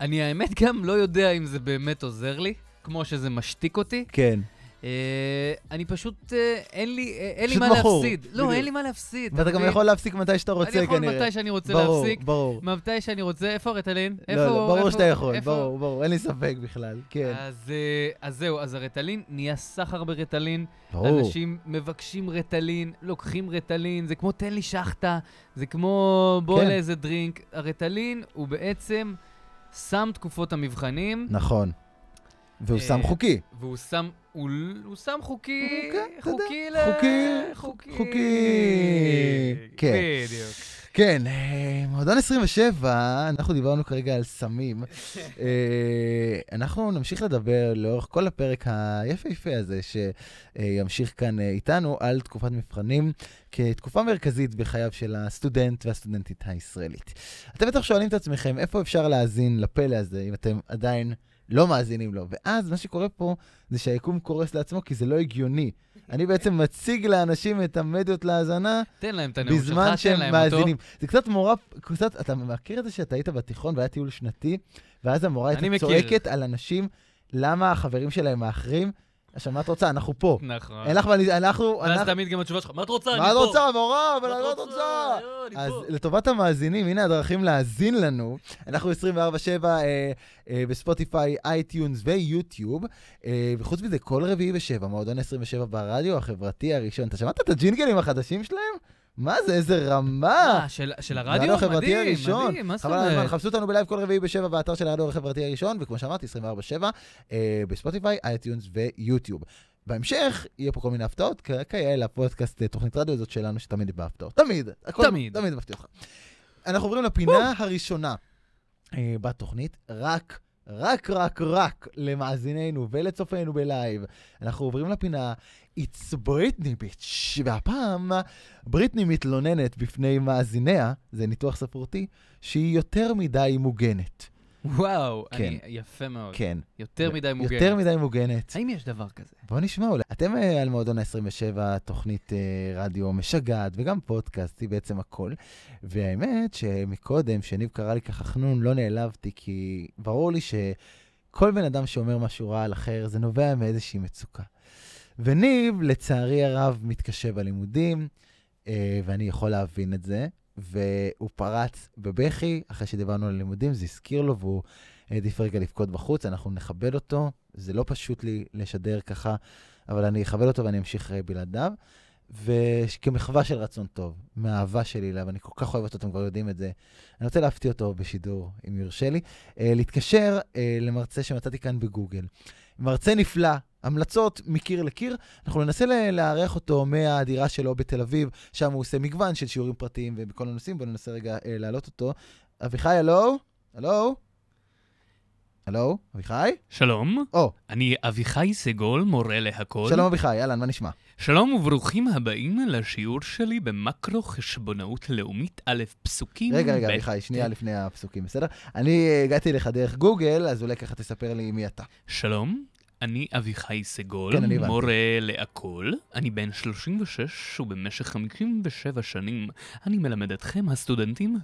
S4: אני האמת גם לא יודע אם זה באמת עוזר לי, כמו שזה משתיק אותי.
S3: כן.
S4: אה, אני פשוט, אה, אין לי, אה, אין לי
S3: פשוט
S4: מה
S3: מכור,
S4: להפסיד. לא,
S3: בדיוק.
S4: אין לי מה להפסיד.
S3: ואתה גם
S4: מבין?
S3: יכול להפסיק מתי שאתה רוצה,
S4: אני
S3: כנראה.
S4: יכול מתי שאני רוצה להפסיק.
S3: ברור, ברור.
S4: מתי שאני רוצה, איפה הרטלין?
S3: לא,
S4: איפה
S3: לא,
S4: הוא?
S3: ברור
S4: איפה
S3: שאתה
S4: הוא?
S3: יכול,
S4: איפה הוא?
S3: ברור, ברור, אין לי ספק בכלל, כן.
S4: אז, אה, אז זהו, אז הרטלין נהיה סחר ברטלין,
S3: ברור.
S4: אנשים מבקשים רטלין, לוקחים רטלין, זה כמו תן לי שחטה, זה כמו בוא
S3: כן.
S4: לאיזה דרינק. הרטלין הוא בעצם שם תקופות המבחנים,
S3: נכון. והוא
S4: אה,
S3: סם חוקי.
S4: והוא שם, הוא, ל- הוא שם חוקי,
S3: אוקיי, אתה יודע,
S4: חוקי ל...
S3: חוקי, חוקי, כן.
S4: בדיוק.
S3: כן, אה, מועדון 27, אנחנו דיברנו כרגע על סמים. אה, אנחנו נמשיך לדבר לאורך כל הפרק היפהפה הזה שימשיך כאן אה, איתנו על תקופת מבחנים כתקופה מרכזית בחייו של הסטודנט והסטודנטית הישראלית. אתם בטח שואלים את עצמכם, איפה אפשר להאזין לפלא הזה אם אתם עדיין לא מאזינים לו? ואז מה שקורה פה זה שהיקום קורס לעצמו כי זה לא הגיוני. אני בעצם מציג לאנשים את המדיות להאזנה.
S4: תן להם את הנאום שלך,
S3: בזמן
S4: תן
S3: שהם
S4: להם אותו.
S3: מאזינים. זה קצת מורה, קצת, אתה מכיר את זה שאתה היית בתיכון והיה טיול שנתי, ואז המורה
S4: אני
S3: הייתה
S4: מכיר.
S3: צועקת על אנשים, למה החברים שלהם מאחרים? עכשיו, מה את רוצה? אנחנו פה.
S4: נכון.
S3: אין לך מה, ל- אנחנו,
S4: ואז
S3: אנחנו,
S4: תמיד גם התשובה שלך, מה את רוצה? אני
S3: מה את
S4: פה."
S3: רוצה, מורה? אבל
S4: "מה
S3: אני
S4: את
S3: לא רוצה.
S4: לא, אני
S3: אז
S4: פה."
S3: לטובת המאזינים, הנה הדרכים להאזין לנו. אנחנו 24/7 אה, אה, בספוטיפיי, אייטיונס ויוטיוב. אה, וחוץ מזה, כל רביעי בשבע, מועדון 27 ברדיו החברתי הראשון. אתה שמעת את הג'ינגלים החדשים שלהם? מה זה, איזה רמה!
S4: אה, של- של
S3: הרדיו
S4: הרדיו?
S3: החברתי
S4: מדהים,
S3: הראשון.
S4: מדהים, מה זאת
S3: חבל על הזמן,
S4: אומרת?
S3: חפשו אותנו בלייב כל רביעי בשבע באתר של הרדיו החברתי הראשון, וכמו שאמרתי, 24/7 אה, בספוטיפיי, אייטיונס ויוטיוב. בהמשך יהיה פה כל מיני הפתעות, כ- כיאה לפודקאסט אה, תוכנית רדיו הזאת שלנו, שתמיד יש בה הפתעות. תמיד. הכל,
S4: תמיד.
S3: תמיד מפתיע אותך. אנחנו עוברים לפינה הראשונה אה, בתוכנית, רק, רק, רק, רק למאזיננו ולצופינו בלייב. אנחנו עוברים לפינה It's בריטני ביץ', והפעם בריטני מתלוננת בפני מאזיניה, זה ניתוח ספרותי, שהיא יותר מדי מוגנת.
S4: וואו, אני-
S3: כן.
S4: יפה מאוד.
S3: כן.
S4: אוקיי. יותר מדי מוגן.
S3: יותר מדי מוגנת.
S4: האם יש דבר כזה?
S3: בואו נשמע אולי. אתם אה, על מועדון ה-27, תוכנית אה, רדיו משגעת וגם פודקאסט, היא בעצם הכל. והאמת שמקודם, שניב קרא לי כחכנון, לא נעלבתי, כי ברור לי שכל בן אדם שאומר משהו רע על אחר, זה נובע מאיזושהי מצוקה. וניב, לצערי הרב, מתקשה בלימודים, אה, ואני יכול להבין את זה, והוא פרץ בבכי, אחרי שדיברנו על לימודים, זה הזכיר לו, והוא העדיף רגע לבכות בחוץ, אנחנו נכבד אותו. זה לא פשוט לי לשדר ככה, אבל אני אכבד אותו ואני אמשיך אה, בלעדיו. וכמחווה של רצון טוב, מהאהבה שלי אליו, אני כל כך אוהב אותו, אתם כבר יודעים את זה. אני רוצה להפתיע אותו בשידור, אם יורשה לי, אה, להתקשר אה, למרצה שמצאתי כאן בגוגל. מרצה נפלא, המלצות מקיר לקיר. אנחנו ננסה ל- לארח אותו מהדירה שלו בתל אביב, שם הוא עושה מגוון של שיעורים פרטיים ובכל הנושאים, בואו ננסה רגע אה, להעלות אותו. אביחי, הלו? הלו? הלו? אביחי?
S5: שלום,
S3: או,
S5: אני אביחי סגול, מורה להכל.
S3: שלום אביחי, אהלן, מה נשמע?
S5: שלום וברוכים הבאים לשיעור שלי במקרו חשבונאות לאומית א' פסוקים.
S3: רגע, רגע,
S5: ב'.
S3: אביחי, שנייה לפני הפסוקים, בסדר? אני אה, הגעתי אליך דרך גוגל, אז אולי ככה תספר לי מי אתה.
S5: שלום, אני אביחי סגול,
S3: כן, אני הבנתי.
S5: מורה להכל. אני בן 36, ובמשך 57 שנים אני מלמד אתכם, הסטודנטים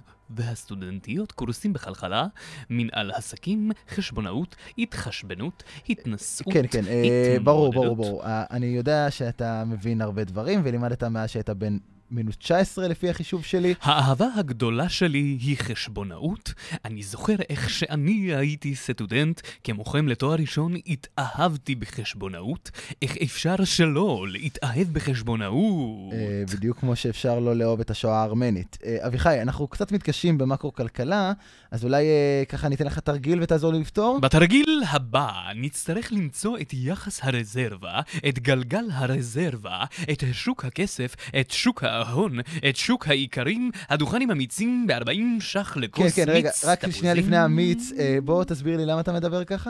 S5: והסטודנטיות, קורסים בכלכלה, מנהל עסקים, חשבונאות, התחשבנות, התנשאות,
S3: כן, כן, אה, ברור, ברור,
S5: התמודדות.
S3: ברור. אה, אני יודע שאתה מבין הרבה דברים, ולימדת מאז שהיית בן מינוס 19 לפי החישוב שלי.
S5: האהבה הגדולה שלי היא חשבונאות. אני זוכר איך שאני הייתי סטודנט, כמוכם לתואר ראשון, התאהבתי בחשבונאות. איך אפשר שלא להתאהב בחשבונאות?
S3: אה, בדיוק כמו שאפשר לא לאהוב את השואה הארמנית. אה, אביחי, אנחנו קצת מתקשים במקרו-כלכלה, אז אולי אה, ככה ניתן לך תרגיל ותעזור לי לפתור?
S5: בתרגיל הבא נצטרך למצוא את יחס הרזרבה, את גלגל הרזרבה, את שוק הכסף, את שוק ההון, את שוק האיכרים, הדוכנים המיצים ב-40 ש"ח
S3: כן,
S5: לכוס מיץ.
S3: כן, רגע, רק שנייה
S5: תפוזים.
S3: לפני המיץ, אה, בוא תסביר לי למה אתה מדבר ככה.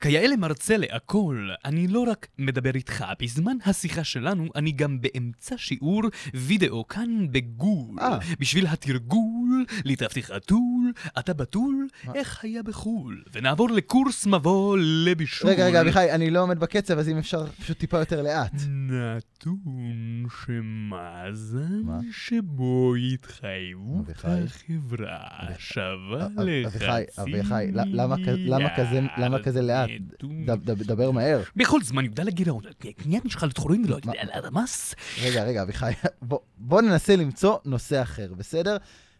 S5: כיאה למרצה להכל, אני לא רק מדבר איתך, בזמן השיחה שלנו אני גם באמצע שיעור וידאו כאן בגול.
S3: אה.
S5: בשביל התרגול, ליטפתי חתול, אתה בתול,
S3: אה.
S5: איך היה בחו"ל? ונעבור לקורס מבוא לבישול.
S3: רגע, רגע, אביחי, אני לא עומד בקצב, אז אם אפשר פשוט טיפה יותר לאט.
S5: Mm. נתון שמאזן
S3: מה?
S5: שבו התחייבות
S3: אביחי?
S5: החברה שווה
S3: אב-
S5: לחצי
S3: אביחי, אביחי, ל- למה כ- למה כזה- למה כזה לאט?
S5: נתון
S3: ד- ד- דבר מהר.
S5: בכל זמן יגדל הגירעון, הקניין שלך לתחורים ולא
S3: מה?
S5: על המס.
S3: רגע, רגע, אביחי, בוא- בוא ננסה למצוא נושא אחר, בסדר?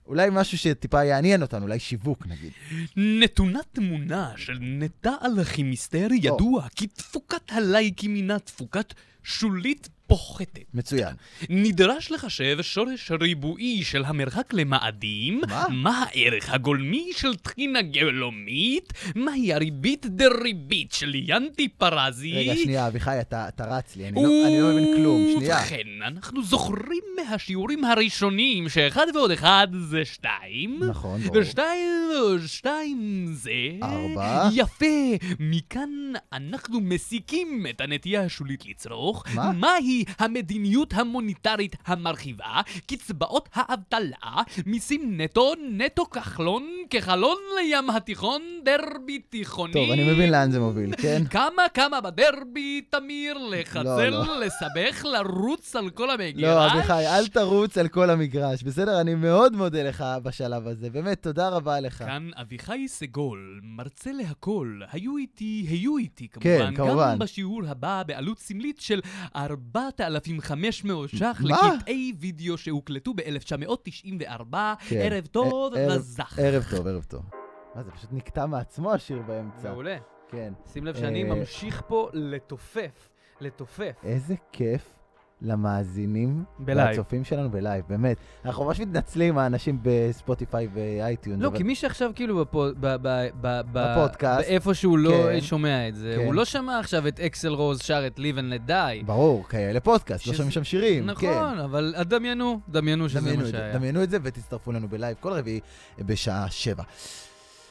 S3: אולי משהו שטיפה יעניין אותנו, אולי שיווק נגיד.
S5: נתונה תמונה של נטע על הכימיסטר ידוע כי תפוקת הלייקים הינה תפוקת שולית פוחתת.
S3: מצוין.
S5: נדרש לחשב שורש ריבועי של המרחק למאדים,
S3: מה?
S5: מה הערך הגולמי של טחינה גלומית, מהי הריבית דריבית של ינטי פרזי.
S3: רגע, שנייה, אביחי, אתה אתה רץ לי, אני לא- אני לא מבין כלום. שנייה.
S5: ובכן, אנחנו זוכרים מהשיעורים הראשוניים שאחד ועוד אחד זה שתיים.
S3: נכון, ברור.
S5: ושתיים ועוד שתיים זה...
S3: ארבע.
S5: יפה. מכאן אנחנו מסיקים את הנטייה השולית לצרוך.
S3: מה?
S5: מהי המדיניות המוניטרית המרחיבה? קצבאות האבטלה, מיסים נטו, נטו כחלון, כחלון לים התיכון, דרבי תיכוני.
S3: טוב, אני מבין לאן זה מוביל, כן?
S5: כמה כמה בדרבי, תמיר, לחצל,
S3: לא.
S5: לסבך, לרוץ על כל המגירה.
S3: לא, אביחי, אל תרוץ על כל המגרש, בסדר? אני מאוד מודה לך בשלב הזה. באמת, תודה רבה לך.
S5: כאן אביחי סגול, מרצה להכל, היו איתי, היו איתי כמובן,
S3: כן, כמובן.
S5: גם בשיעור הבא בעלות סמלית של 4,500 ש"ח
S3: מה?
S5: לקטעי וידאו שהוקלטו ב-1994,
S3: כן. אה,
S5: ערב טוב
S3: ע- ערב-
S5: וזך.
S3: ערב טוב, ערב טוב. מה, זה פשוט נקטע מעצמו השיר באמצע.
S4: מעולה.
S3: כן.
S4: שים לב שאני
S3: אה,
S4: ממשיך פה לתופף, לתופף.
S3: איזה כיף למאזינים
S4: בלייב.
S3: והצופים שלנו בלייב, באמת. אנחנו ממש מתנצלים, האנשים בספוטיפיי ואייטיונס.
S4: לא,
S3: אבל-
S4: כי מי שעכשיו כאילו בפו- ב- ב- ב- ב-
S3: בפודקאסט.
S4: באיפה שהוא לא
S3: כן.
S4: שומע את זה,
S3: כן.
S4: הוא לא שמע עכשיו את אקסל רוז שר את Live and Let Die.
S3: ברור, כאלה פודקאסט, לא
S4: שזה-
S3: שומעים שם שירים. כן.
S4: נכון, אבל דמיינו, דמיינו שזה
S3: דמיינו
S4: מה
S3: את זה,
S4: שהיה.
S3: דמיינו את זה ותצטרפו אלינו בלייב כל רביעי בשעה שבע.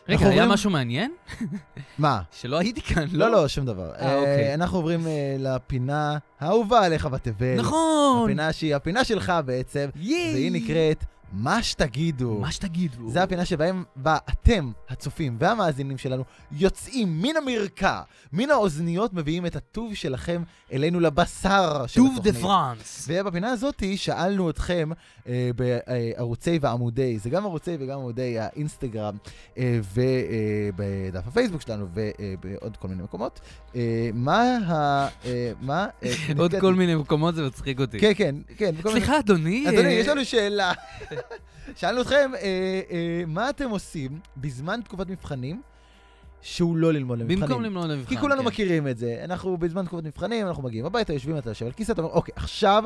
S4: רגע,
S3: אנחנו
S4: היה
S3: עוברים-
S4: משהו מעניין?
S3: מה?
S4: שלא הייתי כאן,
S3: לא, לא, שום דבר.
S4: אה,
S3: אה,
S4: אוקיי.
S3: אנחנו עוברים אה, לפינה האהובה עליך בתבל.
S4: נכון!
S3: אה, הפינה שהיא הפינה שלך בעצם,
S4: ייי!
S3: והיא נקראת מה שתגידו.
S4: מה שתגידו.
S3: זה הפינה שבהם, בה אתם, הצופים והמאזינים שלנו, יוצאים מן המרקע, מן האוזניות, מביאים את הטוב שלכם אלינו לבשר של
S4: טוב
S3: התוכנית.
S4: דה פרנס.
S3: ובפינה הזאתי שאלנו אתכם אה, בערוצי ועמודי, זה גם ערוצי וגם עמודי האינסטגרם, אה, ובדף הפייסבוק שלנו, ובעוד כל מיני מקומות. אה, מה ה... אה, מה... אה,
S4: עוד
S3: נתקעתי.
S4: כל מיני מקומות זה מצחיק אותי.
S3: כן, כן, כן. בכל מיני-
S4: סליחה, אדוני.
S3: אדוני,
S4: אה,
S3: יש לנו שאלה. שאלנו אתכם, אה, אה, מה אתם עושים בזמן תקופת מבחנים שהוא לא ללמוד למבחנים?
S4: במקום למנוע למבחן.
S3: כי כולנו
S4: כן.
S3: מכירים את זה. אנחנו בזמן תקופת מבחנים, אנחנו מגיעים הביתה, יושבים, אתה יושב על כיסא, אתה אומר, אוקיי, עכשיו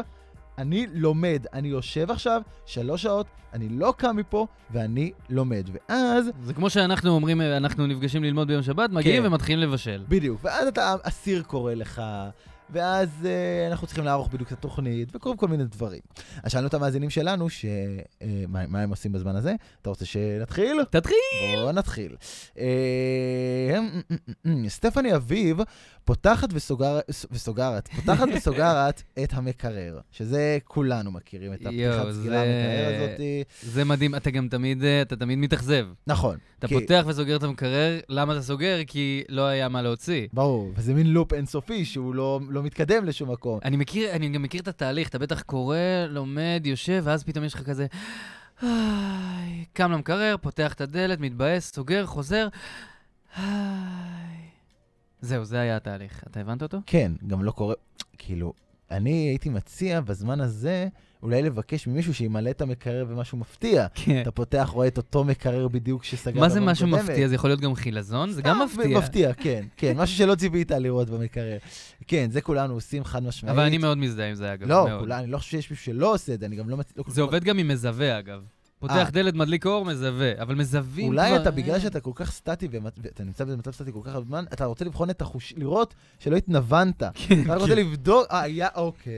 S3: אני לומד. אני יושב עכשיו שלוש שעות, אני לא קם מפה, ואני לומד. ואז,
S4: זה כמו שאנחנו אומרים, אה, אנחנו נפגשים ללמוד ביום שבת, מגיעים
S3: כן.
S4: ומתחילים לבשל.
S3: בדיוק, ואז אתה, הסיר קורא לך, ואז אה, אנחנו צריכים לערוך בדיוק את התוכנית, וקורים כל מיני דברים. אז שאלנו את המאזינים שלנו, ש... אה, מה, מה הם עושים בזמן הזה? אתה רוצה שנתחיל?
S4: תתחיל!
S3: בואו נתחיל. אה, סטפני אביב פותחת וסוגר- וסוגרת, פותחת וסוגרת את המקרר, שזה כולנו מכירים את הפתיחת
S4: יואו,
S3: סגירה
S4: זה-
S3: המקרר הזאתי.
S4: זה מדהים, אתה גם תמיד, אה, אתה תמיד מתאכזב.
S3: נכון.
S4: אתה
S3: כי-
S4: פותח וסוגר את המקרר, למה אתה סוגר? כי לא היה מה להוציא.
S3: ברור, וזה מין לופ אינסופי שהוא לא לא מתקדם לשום מקום.
S4: אני מכיר, אני גם מכיר את התהליך, אתה בטח קורא, לומד, יושב, ואז פתאום יש לך כזה... "איי", קם למקרר, פותח את הדלת, מתבאס, סוגר, חוזר. "איי". זהו, זה היה התהליך. אתה הבנת אותו?
S3: כן, גם לא קורה, כאילו, אני הייתי מציע בזמן הזה אולי לבקש ממישהו שימלא את המקרר במשהו מפתיע.
S4: כן.
S3: אתה פותח, רואה את אותו מקרר בדיוק שסגרת.
S4: מה זה
S3: בפעם
S4: משהו
S3: הקודמת.
S4: מפתיע? זה יכול להיות גם חילזון? זה גם
S3: סתם
S4: מפתיע.
S3: אה, מפתיע, כן, כן, משהו שלא ציפית לראות במקרר. כן, זה כולנו עושים חד משמעית.
S4: אבל אני מאוד מזדהה עם זה, אגב.
S3: לא,
S4: מאוד.
S3: כולנו, אני לא חושב שיש מישהו שלא עושה את זה, אני גם לא מצ... לא כל כך-
S4: זה עובד גם עם מזווה, אגב. פותח
S3: אה.
S4: דלת, מדליק אור, מזווה. אבל מזווים כבר...
S3: אולי אתה, בגלל
S4: אין.
S3: שאתה כל כך סטטי, ומת- ואתה נמצא במצב סטטי כל כך הרבה זמן, אתה רוצה לבחון את החוש... לראות שלא התנוונת.
S4: כן,
S3: אתה רק רוצה לבדוק, אה, היה, אוקיי,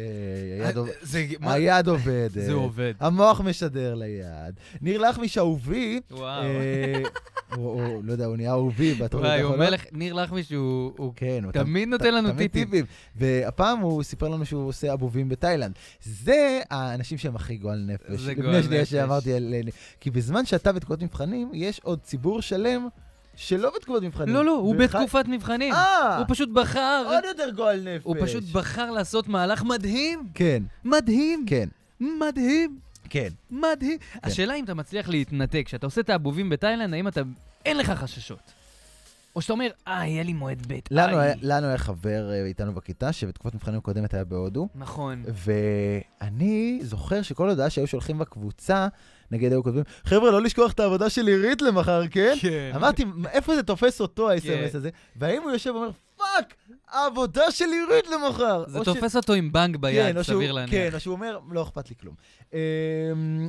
S3: היד עובדת.
S4: אה, זה- מה-
S3: היד עובדת.
S4: זה עובד.
S3: המוח משדר ליד. ניר לחמיש אהובי,
S4: וואו.
S3: אה, הוא, הוא- לא יודע, הוא נהיה אהובי בתוכנית
S4: וואי, הוא
S3: האחרונה.
S4: אומר לך, ניר לחמיש הוא הוא
S3: כן, הוא
S4: תמיד נותן לנו
S3: תמיד
S4: טיפים.
S3: טיפים. והפעם הוא סיפר לנו שהוא עושה אבובים בתאילנד. זה האנשים שהם הכי גועל נפש.
S4: זה גועל
S3: לפני שנייה
S4: נפש.
S3: שאמרתי על... אה, כי בזמן שאתה בתקופת מבחנים, יש עוד ציבור שלם שלא בתקופת מבחנים.
S4: לא, לא, הוא
S3: ואחד-
S4: בתקופת מבחנים.
S3: אה,
S4: הוא פשוט בחר,
S3: עוד יותר גועל נפש.
S4: הוא פשוט בחר לעשות מהלך מדהים.
S3: כן,
S4: מדהים.
S3: כן,
S4: מדהים.
S3: כן.
S4: מדהים. השאלה אם אתה מצליח להתנתק, כשאתה עושה את האבובים בתאילנד, האם אתה... אין לך חששות. או שאתה אומר, אה, יהיה לי מועד ב'.
S3: לנו
S4: איי."
S3: היה- לנו היה חבר אה, איתנו בכיתה, שבתקופת מבחנים קודמת היה בהודו.
S4: נכון.
S3: ואני זוכר שכל הודעה שהיו שולחים בקבוצה, נגיד היו כותבים, חבר'ה, לא לשכוח את העבודה של עירית למחר, כן?
S4: כן.
S3: אמרתי, "מה- איפה זה תופס אותו,
S4: כן.
S3: ה-SMS הזה? והאם הוא יושב ואומר, פאק, העבודה שלי יורדת למחר.
S4: זה
S3: או ש-
S4: תופס אותו עם בנג ביד,
S3: כן, או שהוא-
S4: סביר להניח.
S3: כן, או שהוא אומר, לא אכפת לי כלום. אמ,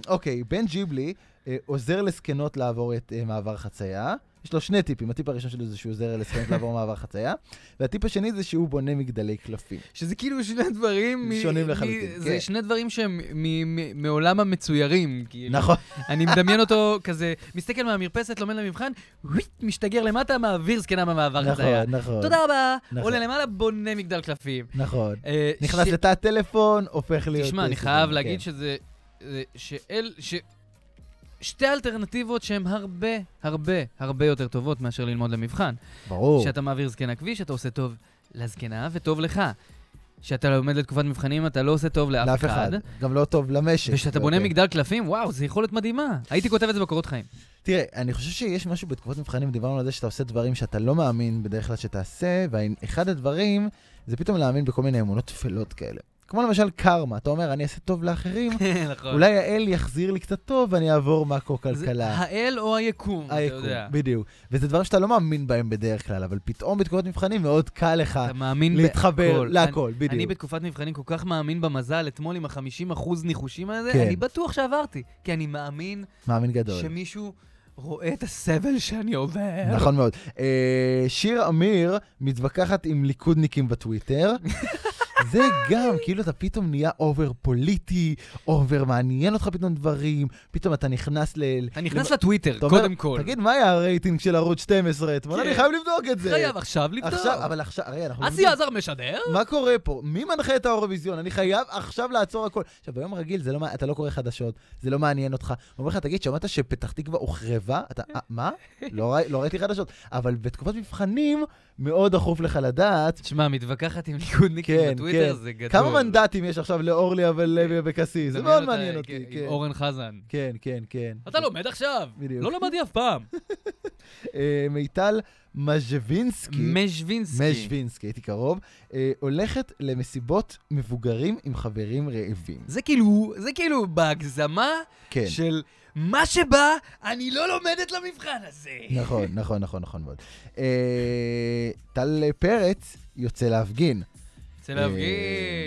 S3: אוקיי, בן ג'יבלי אה, עוזר לזקנות לעבור את אה, מעבר חצייה. יש לו שני טיפים, הטיפ הראשון שלו זה שהוא עוזר לזקנות לעבור מעבר חצייה, והטיפ השני זה שהוא בונה מגדלי קלפים.
S4: שזה כאילו שני דברים... מ-
S3: שונים
S4: מ-
S3: לחלוטין,
S4: זה
S3: כן.
S4: שני דברים שהם מ- מ- מעולם המצוירים, כאילו.
S3: נכון,
S4: אני מדמיין אותו כזה, מסתכל מהמרפסת, לומד למבחן, וויט, משתגר למטה, מעביר זקנה במעבר חצייה.
S3: נכון, נכון.
S4: תודה רבה,
S3: נכון.
S4: עולה למעלה, בונה מגדל קלפים.
S3: נכון.
S4: אה,
S3: נכנס
S4: ש-
S3: לתא הטלפון, הופך להיות...
S4: תשמע,
S3: אה,
S4: אני
S3: סוכן,
S4: חייב
S3: כן.
S4: להגיד שזה... זה- שאל... ש... שתי אלטרנטיבות שהן הרבה, הרבה, הרבה יותר טובות מאשר ללמוד למבחן.
S3: ברור.
S4: כשאתה מעביר זקנה כביש, אתה עושה טוב לזקנה וטוב לך. כשאתה לומד לתקופת מבחנים, אתה לא עושה טוב לאף אחד.
S3: גם לא טוב למשק.
S4: וכשאתה
S3: לא
S4: בונה
S3: טוב.
S4: מגדל קלפים, וואו, זו יכולת מדהימה. הייתי כותב את זה בקורות חיים.
S3: תראה, אני חושב שיש משהו בתקופת מבחנים, דיברנו על זה שאתה עושה דברים שאתה לא מאמין בדרך כלל שתעשה, ואחד הדברים זה פתאום להאמין בכל מיני אמונות טפלות כאלה. כמו למשל קרמה, אתה אומר, אני אעשה טוב לאחרים,
S4: נכון.
S3: אולי האל יחזיר לי קצת טוב ואני אעבור מהקו-כלכלה.
S4: האל או היקום, אתה
S3: היקום,
S4: יודע.
S3: בדיוק. וזה דברים שאתה לא מאמין בהם בדרך כלל, אבל פתאום בתקופת מבחנים מאוד קל לך
S4: אתה מאמין
S3: להתחבר
S4: בהכל.
S3: להכל,
S4: אני- אני
S3: בדיוק.
S4: בתקופת מבחנים כל כך מאמין במזל, אתמול עם ה-50% ניחושים הזה,
S3: כן.
S4: אני בטוח שעברתי. כי אני מאמין
S3: מאמין גדול.
S4: שמישהו רואה את הסבל שאני עובר.
S3: נכון מאוד. אה, שיר אמיר מתווכחת עם ליכודניקים בטוויטר. זה גם, כאילו אתה פתאום נהיה אובר פוליטי, אובר מעניין אותך פתאום דברים, פתאום אתה נכנס ל...
S4: אתה נכנס לטוויטר,
S3: אתה אומר,
S4: קודם כל.
S3: תגיד, מה היה הרייטינג של ערוץ 12 אתמול?
S4: כן.
S3: אני חייב לבדוק את זה.
S4: חייב עכשיו לבדוק.
S3: עכשיו, אבל עכשיו, הרי אנחנו...
S4: אסי עזר משדר?
S3: מה קורה פה? מי מנחה את האירוויזיון? אני חייב עכשיו לעצור הכל. עכשיו, ביום רגיל זה לא, מע- אתה לא קורא חדשות, זה לא מעניין אותך. אומר לך, תגיד, שמעת שפתח תקווה הוחרבה? אתה, "אה, מה? לא, ראי- לא ראיתי חדשות. אבל בתקופת מבחנים, מאוד דחוף לך לדעת
S4: תשמע, מתווכחת עם ליכודניקים
S3: כן,
S4: בטוויטר,
S3: כן.
S4: זה גדול.
S3: כמה מנדטים יש עכשיו לאורלי אבל לוי אבקסיס. זה
S4: תמיד
S3: מאוד
S4: אתה-
S3: מעניין
S4: כן,
S3: אותי.
S4: עם
S3: כן.
S4: אורן חזן.
S3: כן, כן, כן.
S4: אתה לומד עכשיו!
S3: בדיוק.
S4: לא למדתי אף פעם.
S3: אה, מיטל מז'ווינסקי.
S4: מז'ווינסקי.
S3: מז'ווינסקי, הייתי קרוב, אה, הולכת למסיבות מבוגרים עם חברים רעבים.
S4: זה כאילו, זה כאילו בהגזמה
S3: כן.
S4: של מה שבא, אני לא לומדת למבחן הזה.
S3: נכון, נכון, נכון, נכון מאוד. אה, טל פרץ יוצא להפגין.
S4: רוצה להפגין.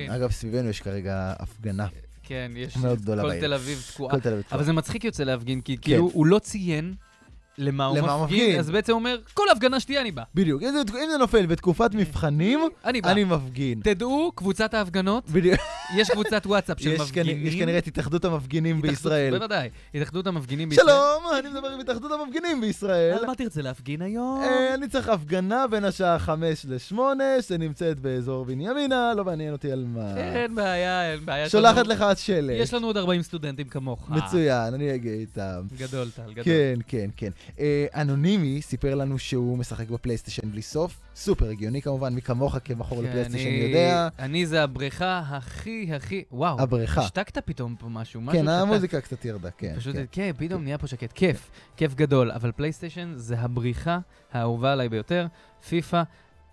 S3: אה, אגב, סביבנו יש כרגע הפגנה.
S4: כן, יש
S3: מאוד גדולה
S4: כל
S3: בעיר.
S4: תל אביב תקועה.
S3: כל תל אביב כן.
S4: אבל זה מצחיק יוצא להפגין, כי כאילו הוא לא ציין למה הוא
S3: למה הוא
S4: מפגין,
S3: מפגין.
S4: אז בעצם הוא אומר, כל הפגנה שתהיה אני בא.
S3: בדיוק, אם זה- אם זה נופל בתקופת מבחנים,
S4: אני בא.
S3: אני מפגין.
S4: תדעו, קבוצת ההפגנות,
S3: בדיוק.
S4: יש קבוצת וואטסאפ של
S3: יש כנראה-
S4: מפגינים.
S3: יש כנראה את התאחדות המפגינים
S4: התאחדות-
S3: בישראל.
S4: בוודאי. התאחדות המפגינים בישראל.
S3: שלום, אני מדבר עם התאחדות המפגינים בישראל.
S4: על מה תרצה להפגין היום?
S3: אה, אני צריך הפגנה בין השעה 5 ל-8, שנמצאת באזור בנימינה, לא מעניין אותי על מה.
S4: אין בעיה, אין בעיה. יש
S3: שולחת
S4: לנו-
S3: לך את שלט.
S4: יש לנו עוד 40 סטודנטים כמוך. אה,
S3: מצוין, אני אגיע איתם.
S4: גדול, טל, גדול.
S3: כן, כן, כן. אה, אנונימי סיפר לנו שהוא משחק בפלייסטיישן בלי סוף. סופר הגיוני כמובן, מי כמוך כמכור לפלייסטיישן
S4: כן, אני-
S3: יודע.
S4: אני זה הבריכה הכי הכי... וואו.
S3: הבריכה.
S4: השתקת פתאום פה משהו, משהו
S3: כן,
S4: שתק.
S3: המוזיקה קצת ירדה, כן.
S4: פשוט,
S3: כן.
S4: כן, פתאום נהיה פה שקט. כיף, כיף גדול. אבל פלייסטיישן זה הבריחה האהובה עליי ביותר. פיפא,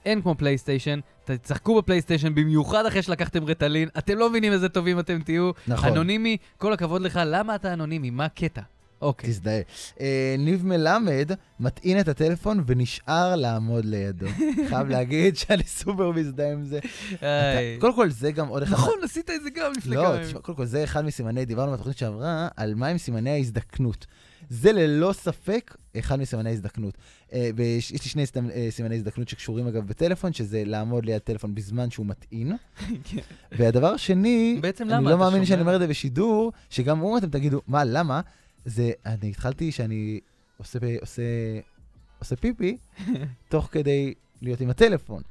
S4: אין כמו פלייסטיישן. תשחקו בפלייסטיישן, במיוחד אחרי שלקחתם רטלין. אתם לא מבינים איזה טובים אתם תהיו.
S3: נכון.
S4: אנונימי, כל הכבוד לך, למה אתה אנונימי? מה הקטע? אוקיי.
S3: תזדהה. אה, ניב מלמד מטעין את הטלפון ונשאר לעמוד לידו. חייב להגיד שאני סופר מזדהה עם זה. אתה-
S4: איי.
S3: קודם כל, זה גם עוד אחד...
S4: נכון, עשית את זה גם לפני כמה
S3: לא,
S4: ימים.
S3: תשמע, קודם כל, זה אחד מסימני, דיברנו בתוכנית שעברה, על מהם סימני ההזדקנות. זה ללא ספק אחד מסימני ההזדקנות. אה, ויש יש לי שני סתם- אה, סימני הזדקנות שקשורים אגב בטלפון, שזה לעמוד ליד טלפון בזמן שהוא מטעין.
S4: כן.
S3: והדבר השני,
S4: בעצם
S3: אני
S4: למה
S3: לא
S4: אתה
S3: מאמין שאני
S4: שומע?
S3: אומר את זה בשידור, שגם הוא אתם תגידו, מה, למה? זה, אני התחלתי שאני עושה, עושה, עושה פיפי, תוך כדי להיות עם הטלפון.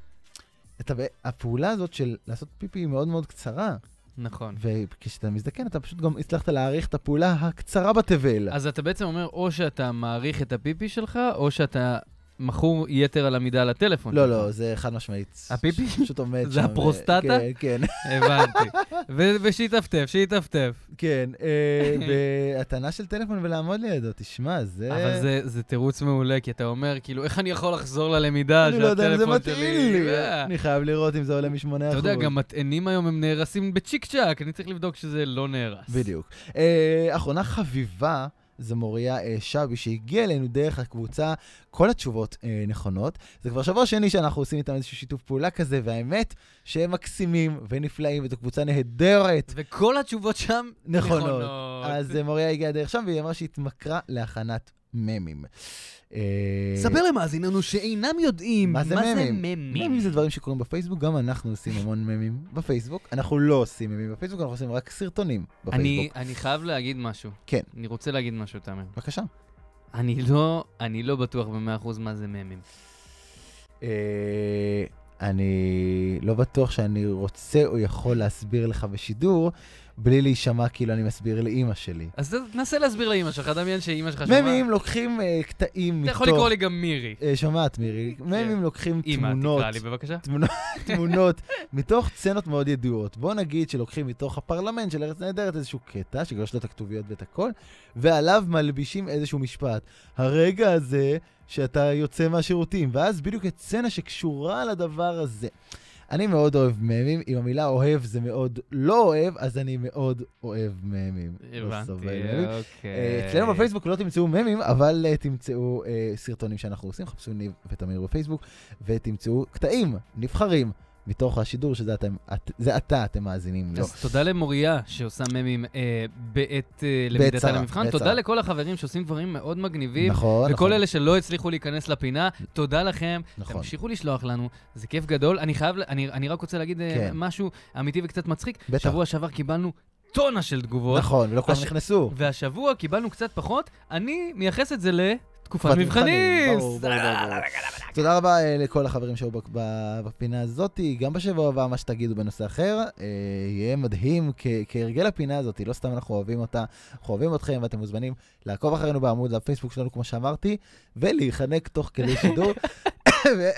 S3: אתה, ב- הפעולה הזאת של לעשות פיפי היא מאוד מאוד קצרה.
S4: נכון.
S3: וכשאתה מזדקן, אתה פשוט גם הצלחת להעריך את הפעולה הקצרה בתבל.
S4: אז אתה בעצם אומר, או שאתה מעריך את הפיפי שלך, או שאתה מכור יתר על המידה לטלפון.
S3: לא,
S4: שלך.
S3: לא, זה חד משמעית.
S4: הפיפי?
S3: ש- פשוט עומד שם.
S4: זה הפרוסטטה?
S3: כן, כן,
S4: הבנתי. ו- ושיטפטף, שיטפטף.
S3: כן. אה, והטענה של טלפון ולעמוד לידו, תשמע, זה...
S4: אבל זה- זה תירוץ מעולה, כי אתה אומר, כאילו, איך אני יכול לחזור ללמידה
S3: אני לא יודע אם זה
S4: שהטלפון
S3: מתאים
S4: שלי...
S3: לי.
S4: אה.
S3: אני חייב לראות אם זה עולה משמונה
S4: אתה
S3: אחוז.
S4: יודע, גם מטענים היום הם נהרסים בצ'יק צ'אק, אני צריך לבדוק שזה לא נהרס.
S3: בדיוק. אה, אחרונה חביבה זו מוריה אה, שבי, שהגיעה אלינו דרך הקבוצה, כל התשובות אה, נכונות. זה כבר שבוע שני שאנחנו עושים איתם איזשהו שיתוף פעולה כזה, והאמת שהם מקסימים ונפלאים, וזו קבוצה נהדרת.
S4: וכל התשובות שם
S3: נכונות.
S4: נכונות.
S3: אז אה, מוריה הגיעה דרך שם, והיא אמרה שהיא התמכרה להכנת ממים. אה,
S4: ספר למאזיננו שאינם יודעים
S3: מה זה ממים? ממים
S4: ממים.
S3: זה דברים שקורים בפייסבוק, גם אנחנו עושים המון ממים בפייסבוק. אנחנו לא עושים ממים בפייסבוק, אנחנו עושים רק סרטונים
S4: אני,
S3: בפייסבוק.
S4: אני חייב להגיד משהו.
S3: כן.
S4: אני רוצה להגיד משהו, תאמר.
S3: בבקשה.
S4: אני לא, אני לא בטוח במאה אחוז מה זה ממים.
S3: אה, אני לא בטוח שאני רוצה או יכול להסביר לך בשידור, בלי להישמע כאילו אני מסביר לאימא שלי.
S4: אז תנסה להסביר לאימא שלך, דמיין שאימא שלך שומעת.
S3: ממים לוקחים אה, קטעים
S4: אתה
S3: מתוך...
S4: יכול לקרוא לי גם מירי.
S3: אה, שומעת, מירי? ממים לוקחים
S4: אימא,
S3: תמונות.
S4: תקרא לי בבקשה.
S3: תמונות- תמונות מתוך סצנות מאוד ידועות. בוא נגיד שלוקחים מתוך הפרלמנט של ארץ נהדרת איזשהו קטע, שכבר יש לו את הכתוביות ואת הכל, ועליו מלבישים איזשהו משפט. הרגע הזה שאתה יוצא מהשירותים, ואז בדיוק את סצנה שקשורה לדבר הזה. אני מאוד אוהב ממים, אם המילה אוהב זה מאוד לא אוהב, אז אני מאוד אוהב ממים. לא סובל
S4: הבנתי,
S3: ממים.
S4: אוקיי.
S3: אה, אצלנו בפייסבוק לא תמצאו ממים, אבל אה, תמצאו אה, סרטונים שאנחנו עושים, חפשו ניב ותמיר בפייסבוק, ותמצאו קטעים נבחרים מתוך השידור, שזה אתם, את, זה אתה, אתם מאזינים לו.
S4: אז תודה למוריה שעושה ממים אה, בעת אה, למידתה
S3: צרה,
S4: למבחן.
S3: בעת
S4: תודה
S3: צרה.
S4: לכל החברים שעושים דברים מאוד מגניבים.
S3: נכון,
S4: וכל
S3: נכון.
S4: אלה שלא הצליחו להיכנס לפינה, תודה לכם.
S3: נכון.
S4: תמשיכו לשלוח לנו, זה כיף גדול. אני חייב, ל- אני, אני רק רוצה להגיד אה,
S3: כן.
S4: משהו אמיתי וקצת מצחיק.
S3: בטח.
S4: שבוע שעבר קיבלנו טונה של תגובות,
S3: נכון, ולא כולם
S4: הש-
S3: נכנסו.
S4: והשבוע קיבלנו קצת פחות, אני מייחס את זה לתקופת
S3: תקופת
S4: מבחנים. אה,
S3: ברור, ברור, ברור, ברור. תודה רבה אה, לכל החברים שהיו בק- ב- בפינה הזאת, גם בשבוע הבא, מה שתגידו בנושא אחר, אה, יהיה מדהים כ- כהרגל הפינה הזאת, לא סתם אנחנו אוהבים אותה, אנחנו אוהבים אתכם ואתם מוזמנים לעקוב אחרינו בעמוד הפייסבוק שלנו, כמו שאמרתי, ולהיחנק תוך כדי שידור. ו-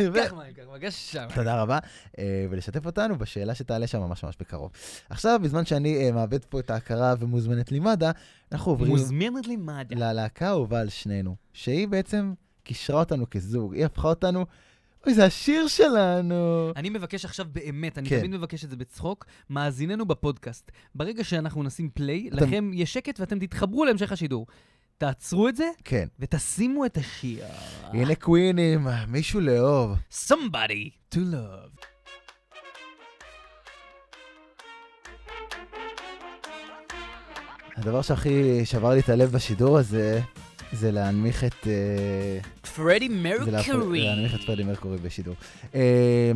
S3: ו-
S4: קח מים, קח מים, גש שם.
S3: תודה רבה, אה, ולשתף אותנו בשאלה שתעלה שם ממש ממש בקרוב. עכשיו, בזמן שאני אה, מאבד פה את ההכרה ומוזמנת לימדה, אנחנו עוברים...
S4: מוזמנת לי מד"א.
S3: ללהקה האהובה על שנינו, שהיא בעצם קישרה אותנו כזוג, היא הפכה אותנו, אוי, זה השיר שלנו.
S4: אני מבקש עכשיו באמת, אני
S3: כן.
S4: תמיד מבקש את זה בצחוק, מאזיננו בפודקאסט. ברגע שאנחנו נשים פליי,
S3: אתם-
S4: לכם יש שקט ואתם תתחברו להמשך השידור. תעצרו את זה
S3: כן,
S4: ותשימו את השיר.
S3: הנה קווינים, מישהו לאהוב.
S4: Somebody to love.
S3: הדבר שהכי שבר לי את הלב בשידור הזה, זה להנמיך את... אה,
S4: פרדי
S3: זה להפ-
S4: מרקורי.
S3: להנמיך את פרדי מרקורי בשידור. אה,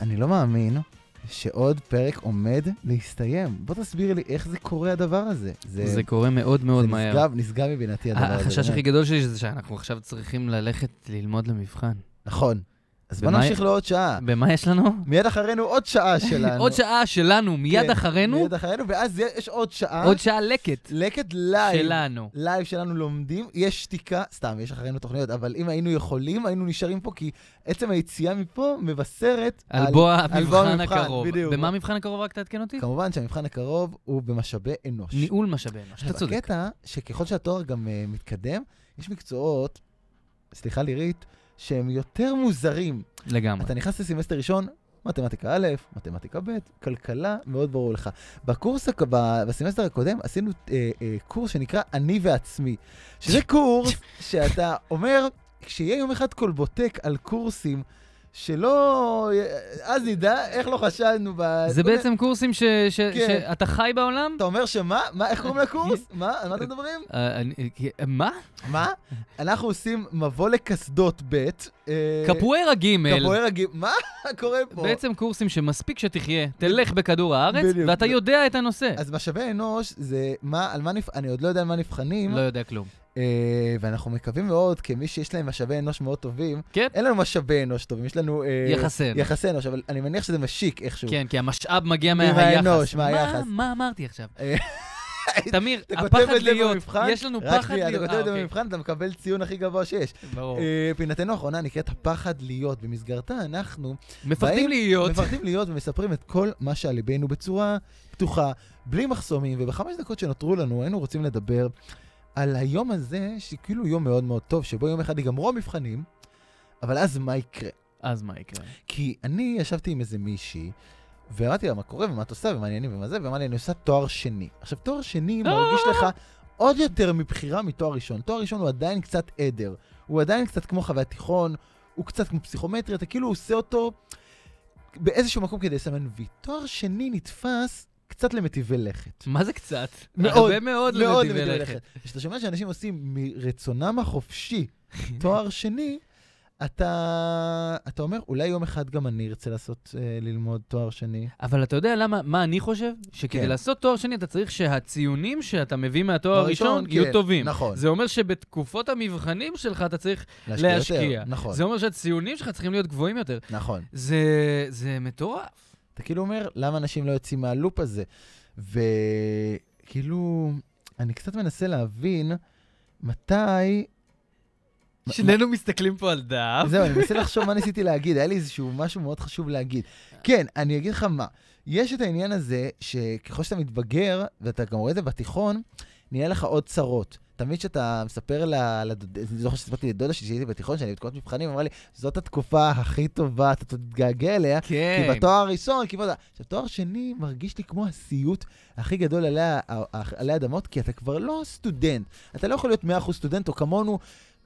S3: אני לא מאמין. שעוד פרק עומד להסתיים. בוא תסביר לי איך זה קורה הדבר הזה. זה,
S4: זה קורה מאוד מאוד
S3: זה
S4: מהר.
S3: נשגב- נשגב מבינתי הדבר הזה.
S4: החשש
S3: באמת.
S4: הכי גדול שלי זה שאנחנו עכשיו צריכים ללכת ללמוד למבחן.
S3: נכון. אז בוא
S4: ומה-
S3: נמשיך לעוד שעה.
S4: במה יש לנו?
S3: מיד אחרינו עוד שעה שלנו.
S4: עוד שעה שלנו, מיד
S3: כן,
S4: אחרינו,
S3: מיד אחרינו, ואז יש עוד שעה.
S4: עוד שעה לקט
S3: לקט לייב.
S4: שלנו.
S3: לייב שלנו לומדים, יש שתיקה, סתם, יש אחרינו תוכניות, אבל אם היינו יכולים, היינו נשארים פה, כי עצם היציאה מפה מבשרת
S4: על בוא
S3: על בוא
S4: המבחן
S3: המבחן,
S4: הקרוב.
S3: בדיוק.
S4: במה המבחן הקרוב? רק תעדכן אותי.
S3: כמובן שהמבחן הקרוב הוא במשאבי אנוש.
S4: ניהול משאבי אנוש, אתה
S3: עכשיו,
S4: צודק.
S3: הקטע שככל שהתואר גם אה, מתקדם, יש מקצועות, סליחה לירית, שהם יותר מוזרים.
S4: לגמרי.
S3: אתה נכנס לסמסטר ראשון, מתמטיקה א', מתמטיקה ב', כלכלה, מאוד ברור לך. בקורס, הק- ב- בסמסטר הקודם עשינו אה, אה, קורס שנקרא אני ועצמי, שזה קורס שאתה אומר, כשיהיה יום אחד כלבוטק על קורסים, שלא... אז נדע איך לא חשדנו ב...
S4: זה
S3: כל מיני-
S4: בעצם קורסים ש- ש-
S3: כן.
S4: שאתה חי בעולם?
S3: אתה אומר שמה? מה, איך קוראים לקורס? מה? על מה אתם מדברים?
S4: אה, אני- אה, מה?
S3: מה? אנחנו עושים מבוא לקסדות ב', אה,
S4: קפוארה ג'
S3: קפוארה ג', מה קורה פה?
S4: בעצם קורסים שמספיק שתחיה, תלך בכדור הארץ,
S3: בדיוק.
S4: ואתה יודע את הנושא.
S3: אז משאבי אנוש זה מה, על מה נבח... אני עוד לא יודע על מה נבחנים,
S4: לא יודע כלום.
S3: אה, ואנחנו מקווים מאוד, כמי שיש להם משאבי אנוש מאוד טובים,
S4: כן.
S3: אין לנו משאבי אנוש טובים, יש לנו... אה,
S4: יחסן.
S3: יחסי אנוש, אבל אני מניח שזה משיק איכשהו.
S4: כן, כי המשאב מגיע מהיחס.
S3: מהאנוש, מהיחס.
S4: מה, מה אמרתי עכשיו?
S3: אה,
S4: תמיר,
S3: אתה כותב
S4: הפחד
S3: את זה
S4: להיות,
S3: במבחן,
S4: יש לנו
S3: רק
S4: פחד
S3: שנייה, אתה
S4: להיות,
S3: כותב
S4: אה,
S3: את זה
S4: אוקיי,
S3: במבחן, אתה מקבל ציון הכי גבוה שיש.
S4: ברור.
S3: אה, פינתנו האחרונה נקראת הפחד להיות, במסגרתה אנחנו
S4: מפחדים
S3: באים-
S4: להיות,
S3: מפחדים להיות ומספרים את כל מה שעל ליבנו בצורה פתוחה, בלי מחסומים, ובחמש דקות שנותרו לנו היינו רוצים לדבר על היום הזה, שכאילו יום מאוד מאוד טוב, שבו יום אחד ייגמרו המבחנים, אבל אז מה יקרה?
S4: אה, אז מה יקרה?
S3: כי אני ישבתי עם איזה מישהי, ואמרתי לה, מה קורה, ומה את עושה, ומה העניינים, ומה זה, ואמרה לי, אני עושה תואר שני. עכשיו, תואר שני מרגיש לך עוד יותר מבחירה מתואר ראשון. תואר ראשון הוא עדיין קצת עדר, הוא עדיין קצת כמו חוויית תיכון, הוא קצת כמו פסיכומטרי, אתה כאילו עושה אותו באיזשהו מקום כדי לסמן וי. תואר שני נתפס קצת למטיבי לכת.
S4: מה זה קצת?
S3: מאוד,
S4: הרבה מאוד לא
S3: מאוד
S4: לנתיבי
S3: למטיבי
S4: לכת.
S3: לכת. כשאתה שומע שאנשים עושים מרצונם החופשי תואר שני, אתה, אתה אומר, אולי יום אחד גם אני ארצה לעשות, אה, ללמוד תואר שני.
S4: אבל אתה יודע למה, מה אני חושב? שכדי
S3: כן.
S4: לעשות תואר שני, אתה צריך שהציונים שאתה מביא מהתואר הראשון
S3: כן,
S4: יהיו טובים.
S3: נכון.
S4: זה אומר שבתקופות המבחנים שלך אתה צריך
S3: להשקיע.
S4: להשקיע.
S3: יותר, נכון,
S4: זה אומר שהציונים שלך צריכים להיות גבוהים יותר.
S3: נכון.
S4: זה, זה מטורף.
S3: אתה כאילו אומר, למה אנשים לא יוצאים מהלופ הזה? וכאילו, אני קצת מנסה להבין מתי...
S4: שנינו מסתכלים פה על דף.
S3: זהו, אני מנסה לחשוב מה ניסיתי להגיד, היה לי איזשהו משהו מאוד חשוב להגיד. כן, אני אגיד לך מה, יש את העניין הזה שככל שאתה מתבגר, ואתה גם רואה את זה בתיכון, נהיה לך עוד צרות. תמיד שאתה מספר ל... לדוד- אני זוכר שסיפרתי לדודה שלי שהייתי בתיכון, שאני בתקופת מבחנים, אמרה לי, זאת התקופה הכי טובה, אתה תתגעגע אליה,
S4: כן.
S3: כי בתואר הראשון, כי בתואר... עכשיו, תואר שני מרגיש לי כמו הסיוט הכי גדול עלי, ה- ה- עלי אדמות, כי אתה כבר לא סטודנט. אתה לא יכול להיות 100% סטודנט, או כמונו,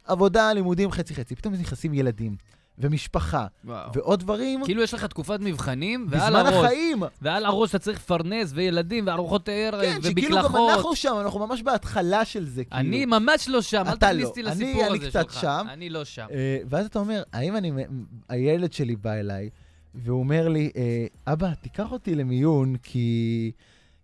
S3: עבודה, לימודים, חצי-חצי. פתאום נכנסים ילדים, ומשפחה,
S4: וואו.
S3: ועוד דברים,
S4: כאילו יש לך תקופת מבחנים, ועל
S3: בזמן
S4: הראש.
S3: החיים.
S4: ועל הראש אתה צריך לפרנס, וילדים, וארוחות ערב,
S3: כן, שכאילו גם
S4: אה, ובקלחות.
S3: אנחנו שם, אנחנו ממש בהתחלה של זה, כאילו.
S4: אני ממש לא שם, אל
S3: אתה
S4: תכניס
S3: לא.
S4: אותי
S3: אני-
S4: לסיפור
S3: אני
S4: הזה שלך.
S3: קצת שם.
S4: אני לא שם.
S3: אה, ואז אתה אומר, האם אני, הילד שלי בא אליי, והוא אומר לי, אה, אבא, תיקח אותי למיון, כי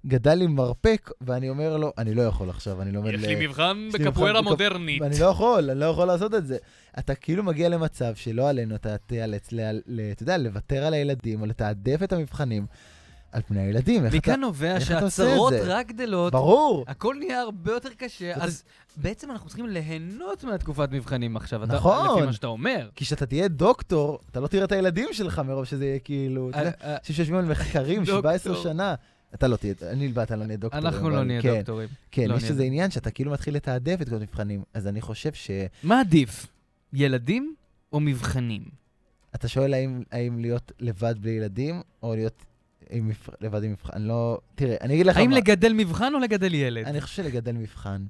S3: גדל לי מרפק, ואני אומר לו, אני לא יכול עכשיו, אני לומד...
S5: יש
S3: ל-
S5: לי מבחן
S3: יש לי אה, מבחן
S5: בקפוארה
S3: בקפ-
S5: מודרנית.
S3: אני לא יכול, אני לא יכול לעשות את זה. אתה כאילו מגיע למצב שלא עלינו, אתה תיאלץ, ל- ל- אתה יודע, לוותר על הילדים, או לתעדף את המבחנים על פני הילדים. איך אתה-
S4: מכאן נובע
S3: איך אתה עושה את
S4: שהצרות
S3: זה?
S4: רק גדלות,
S3: ברור.
S4: הכל נהיה הרבה יותר קשה,
S3: ואתה-
S4: אז בעצם אנחנו צריכים ליהנות מהתקופת מבחנים עכשיו, אתה-
S3: נכון.
S4: לפי מה שאתה אומר.
S3: כי כשאתה תהיה דוקטור, אתה לא תראה את הילדים שלך מרוב שזה יהיה כאילו... אתה יודע,
S4: אה, אה,
S3: אנשים שיושבים על מחקרים
S4: דוקטור.
S3: 17 שנה. אתה לא תהיה, אני ואתה לא נהיה דוקטורים.
S4: אנחנו לא
S3: אבל
S4: נהיה
S3: כן,
S4: דוקטורים.
S3: כן,
S4: לא
S3: יש
S4: נהיה.
S3: איזה עניין שאתה כאילו מתחיל לתעדף את כל המבחנים. אז אני חושב שאתה
S4: מה עדיף, ילדים או מבחנים?
S3: שואל האם- האם להיות לבד בלי ילדים, או להיות עם מבח- לבד עם מבחן. אני לא... תראה, אני אגיד לך
S4: האם
S3: מה.
S4: לגדל מבחן או לגדל ילד?
S3: אני חושב שלגדל מבחן.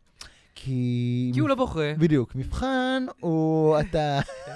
S3: כי...
S4: כי הוא לא בוכה.
S3: בדיוק, מבחן הוא... אתה...
S4: כן.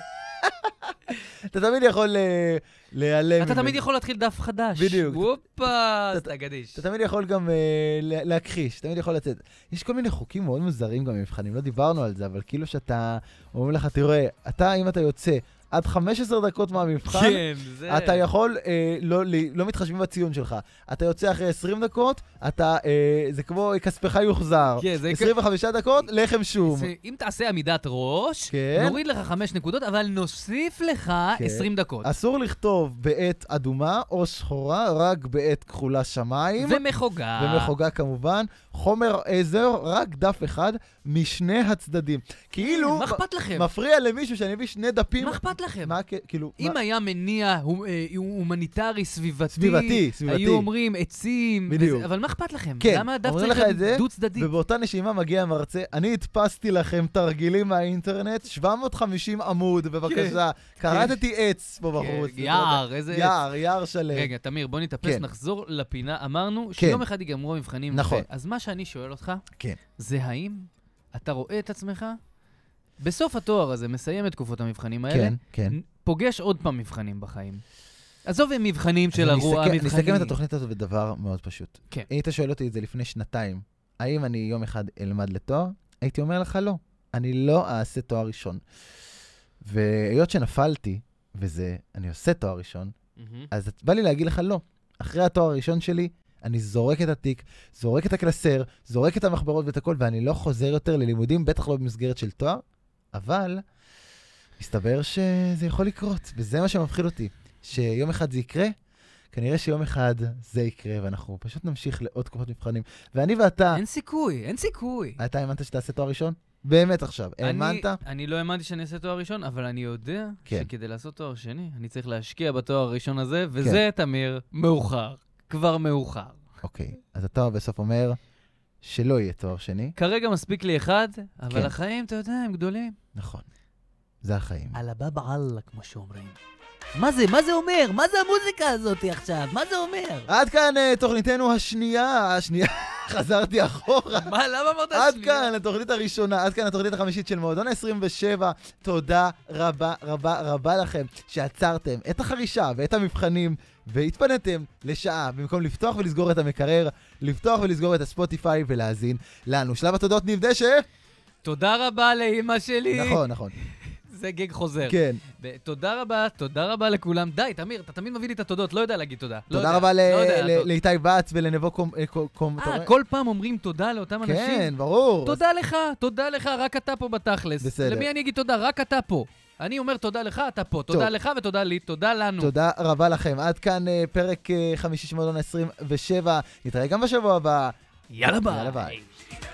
S3: אתה תמיד יכול אה, להיעלם.
S4: אתה תמיד
S3: ממנו.
S4: יכול להתחיל דף חדש.
S3: בדיוק.
S4: הופה,
S3: אתה-
S4: אז אתה גדיש.
S3: אתה תמיד יכול גם אה, לה- להכחיש, תמיד יכול לצאת. יש כל מיני חוקים מאוד מוזרים גם במבחנים, לא דיברנו על זה, אבל כאילו שאתה, אומרים לך, תראה, אתה, אם אתה יוצא עד 15 דקות מהמבחן,
S4: כן, זה...
S3: אתה יכול, אה, לא, לא, לא מתחשבים בציון שלך. אתה יוצא אחרי 20 דקות, אתה, אה, זה כמו כספך יוחזר.
S4: כן, זה...
S3: 25 דקות, לחם שום.
S4: זה- אם תעשה עמידת ראש,
S3: כן.
S4: נוריד לך חמש נקודות, אבל נוסיף לך
S3: כן.
S4: 20 דקות.
S3: אסור לכתוב בעט אדומה או שחורה, רק בעט כחולה שמיים.
S4: ומחוגה.
S3: ומחוגה כמובן, חומר עזר, רק דף אחד משני הצדדים. כאילו,
S4: מה אכפת לכם?
S3: מפריע למישהו שאני מביא שני דפים.
S4: מה אכפת לכם?
S3: מה, הכ- כאילו,
S4: אם
S3: מה-
S4: היה מניע הומ- אה, הומניטרי, סביבתי,
S3: סביבתי, סביבתי.
S4: היו אומרים עצים,
S3: בדיוק.
S4: וזה- אבל מה אכפת לכם?
S3: כן,
S4: למה הדף
S3: אומרים
S4: צריך
S3: לך את זה,
S4: להיות דו-צדדי?
S3: ובאותה נשימה מגיע המרצה, אני הדפסתי לכם תרגילים מהאינטרנט, 750 עמוד, בבקשה. כרתתי עץ פה
S4: כן,
S3: בחוץ.
S4: יער, איזה...
S3: יער, יער שלם.
S4: רגע, תמיר, בוא נתאפס,
S3: אה, כן.
S4: נחזור לפינה. אמרנו שיום אחד ייגמרו המבחנים.
S3: נכון.
S4: יפה. אז מה שאני שואל אותך,
S3: כן.
S4: זה האם אתה רואה את עצמך בסוף התואר הזה, מסיים את תקופות המבחנים האלה,
S3: כן, כן.
S4: נ- פוגש עוד פעם מבחנים בחיים. עזוב הם מבחנים של
S3: אני
S4: הרוע,
S3: אסכם-
S4: מבחנים...
S3: אני אסכם את התוכנית הזאת בדבר מאוד פשוט.
S4: כן.
S3: היית שואל אותי את זה לפני שנתיים, האם אני יום אחד אלמד לתואר? הייתי אומר לך לא, אני לא אעשה תואר ראשון. והיות שנפלתי, וזה, אני עושה תואר ראשון,
S4: מהמם.
S3: אז את- בא לי להגיד לך לא. אחרי התואר הראשון שלי, אני זורק את התיק, זורק את הקלסר, זורק את המחברות ואת הכל, ואני לא חוזר יותר ללימודים, בטח לא במסגרת של תואר, אבל מסתבר שזה יכול לקרות, וזה מה שמפחיד אותי. שיום אחד זה יקרה, כנראה שיום אחד זה יקרה, ואנחנו פשוט נמשיך לעוד תקופות מבחנים. ואני ואתה,
S4: אין סיכוי, אין סיכוי.
S3: אתה האמנת שתעשה תואר ראשון? באמת עכשיו, אה, האמנת?
S4: אני, אני לא האמנתי שאני אעשה תואר ראשון, אבל אני יודע
S3: כן.
S4: שכדי לעשות תואר שני, אני צריך להשקיע בתואר הראשון הזה,
S3: כן.
S4: וזה, תמיר, מאוחר. כבר מאוחר.
S3: אוקיי, אז אתה בסוף אומר שלא יהיה תואר שני.
S4: כרגע מספיק לי אחד, אבל
S3: כן.
S4: החיים, אתה יודע, הם גדולים.
S3: נכון, זה החיים.
S4: על הבא בעלה, כמו שאומרים.
S6: מה זה? מה זה אומר? מה זה המוזיקה הזאת עכשיו? מה זה אומר?
S3: עד כאן אה, תוכניתנו השנייה, השנייה, חזרתי אחורה.
S4: מה, למה אמרת
S3: עד
S4: שנייה?
S3: כאן התוכנית הראשונה, עד כאן התוכנית החמישית של מועדון 27. תודה רבה רבה רבה לכם שעצרתם את החרישה ואת המבחנים והתפניתם לשעה במקום לפתוח ולסגור את המקרר, לפתוח ולסגור את הספוטיפיי ולהאזין לנו. שלב התודות נבדה ש...
S4: תודה רבה לאימא שלי.
S3: נכון, נכון.
S4: לא זה גג חוזר.
S3: כן.
S4: ו- תודה רבה, תודה רבה לכולם. די, תמיר, אתה תמיד מביא לי את התודות, לא יודע להגיד תודה. לא
S3: תודה
S4: יודע,
S3: רבה ל-
S4: לא יודע,
S3: ל-
S4: טוב.
S3: לאיתי בץ ולנבו קום... אה, קום- קום- אתה
S4: אה,
S3: רואה?
S4: כל פעם אומרים תודה לאותם אנשים?
S3: כן, ברור.
S4: תודה לך, תודה לך, רק אתה פה בתכלס.
S3: בסדר.
S4: למי אני אגיד תודה? רק אתה פה. אני אומר תודה לך, אתה פה. תודה
S3: טוב.
S4: לך ותודה לי, תודה לנו.
S3: תודה רבה לכם. עד כאן אה, פרק אה, חמישי של מועדון 27. נתראה גם בשבוע הבא.
S5: יאללה ביי.
S3: יאללה ביי.
S6: Hey,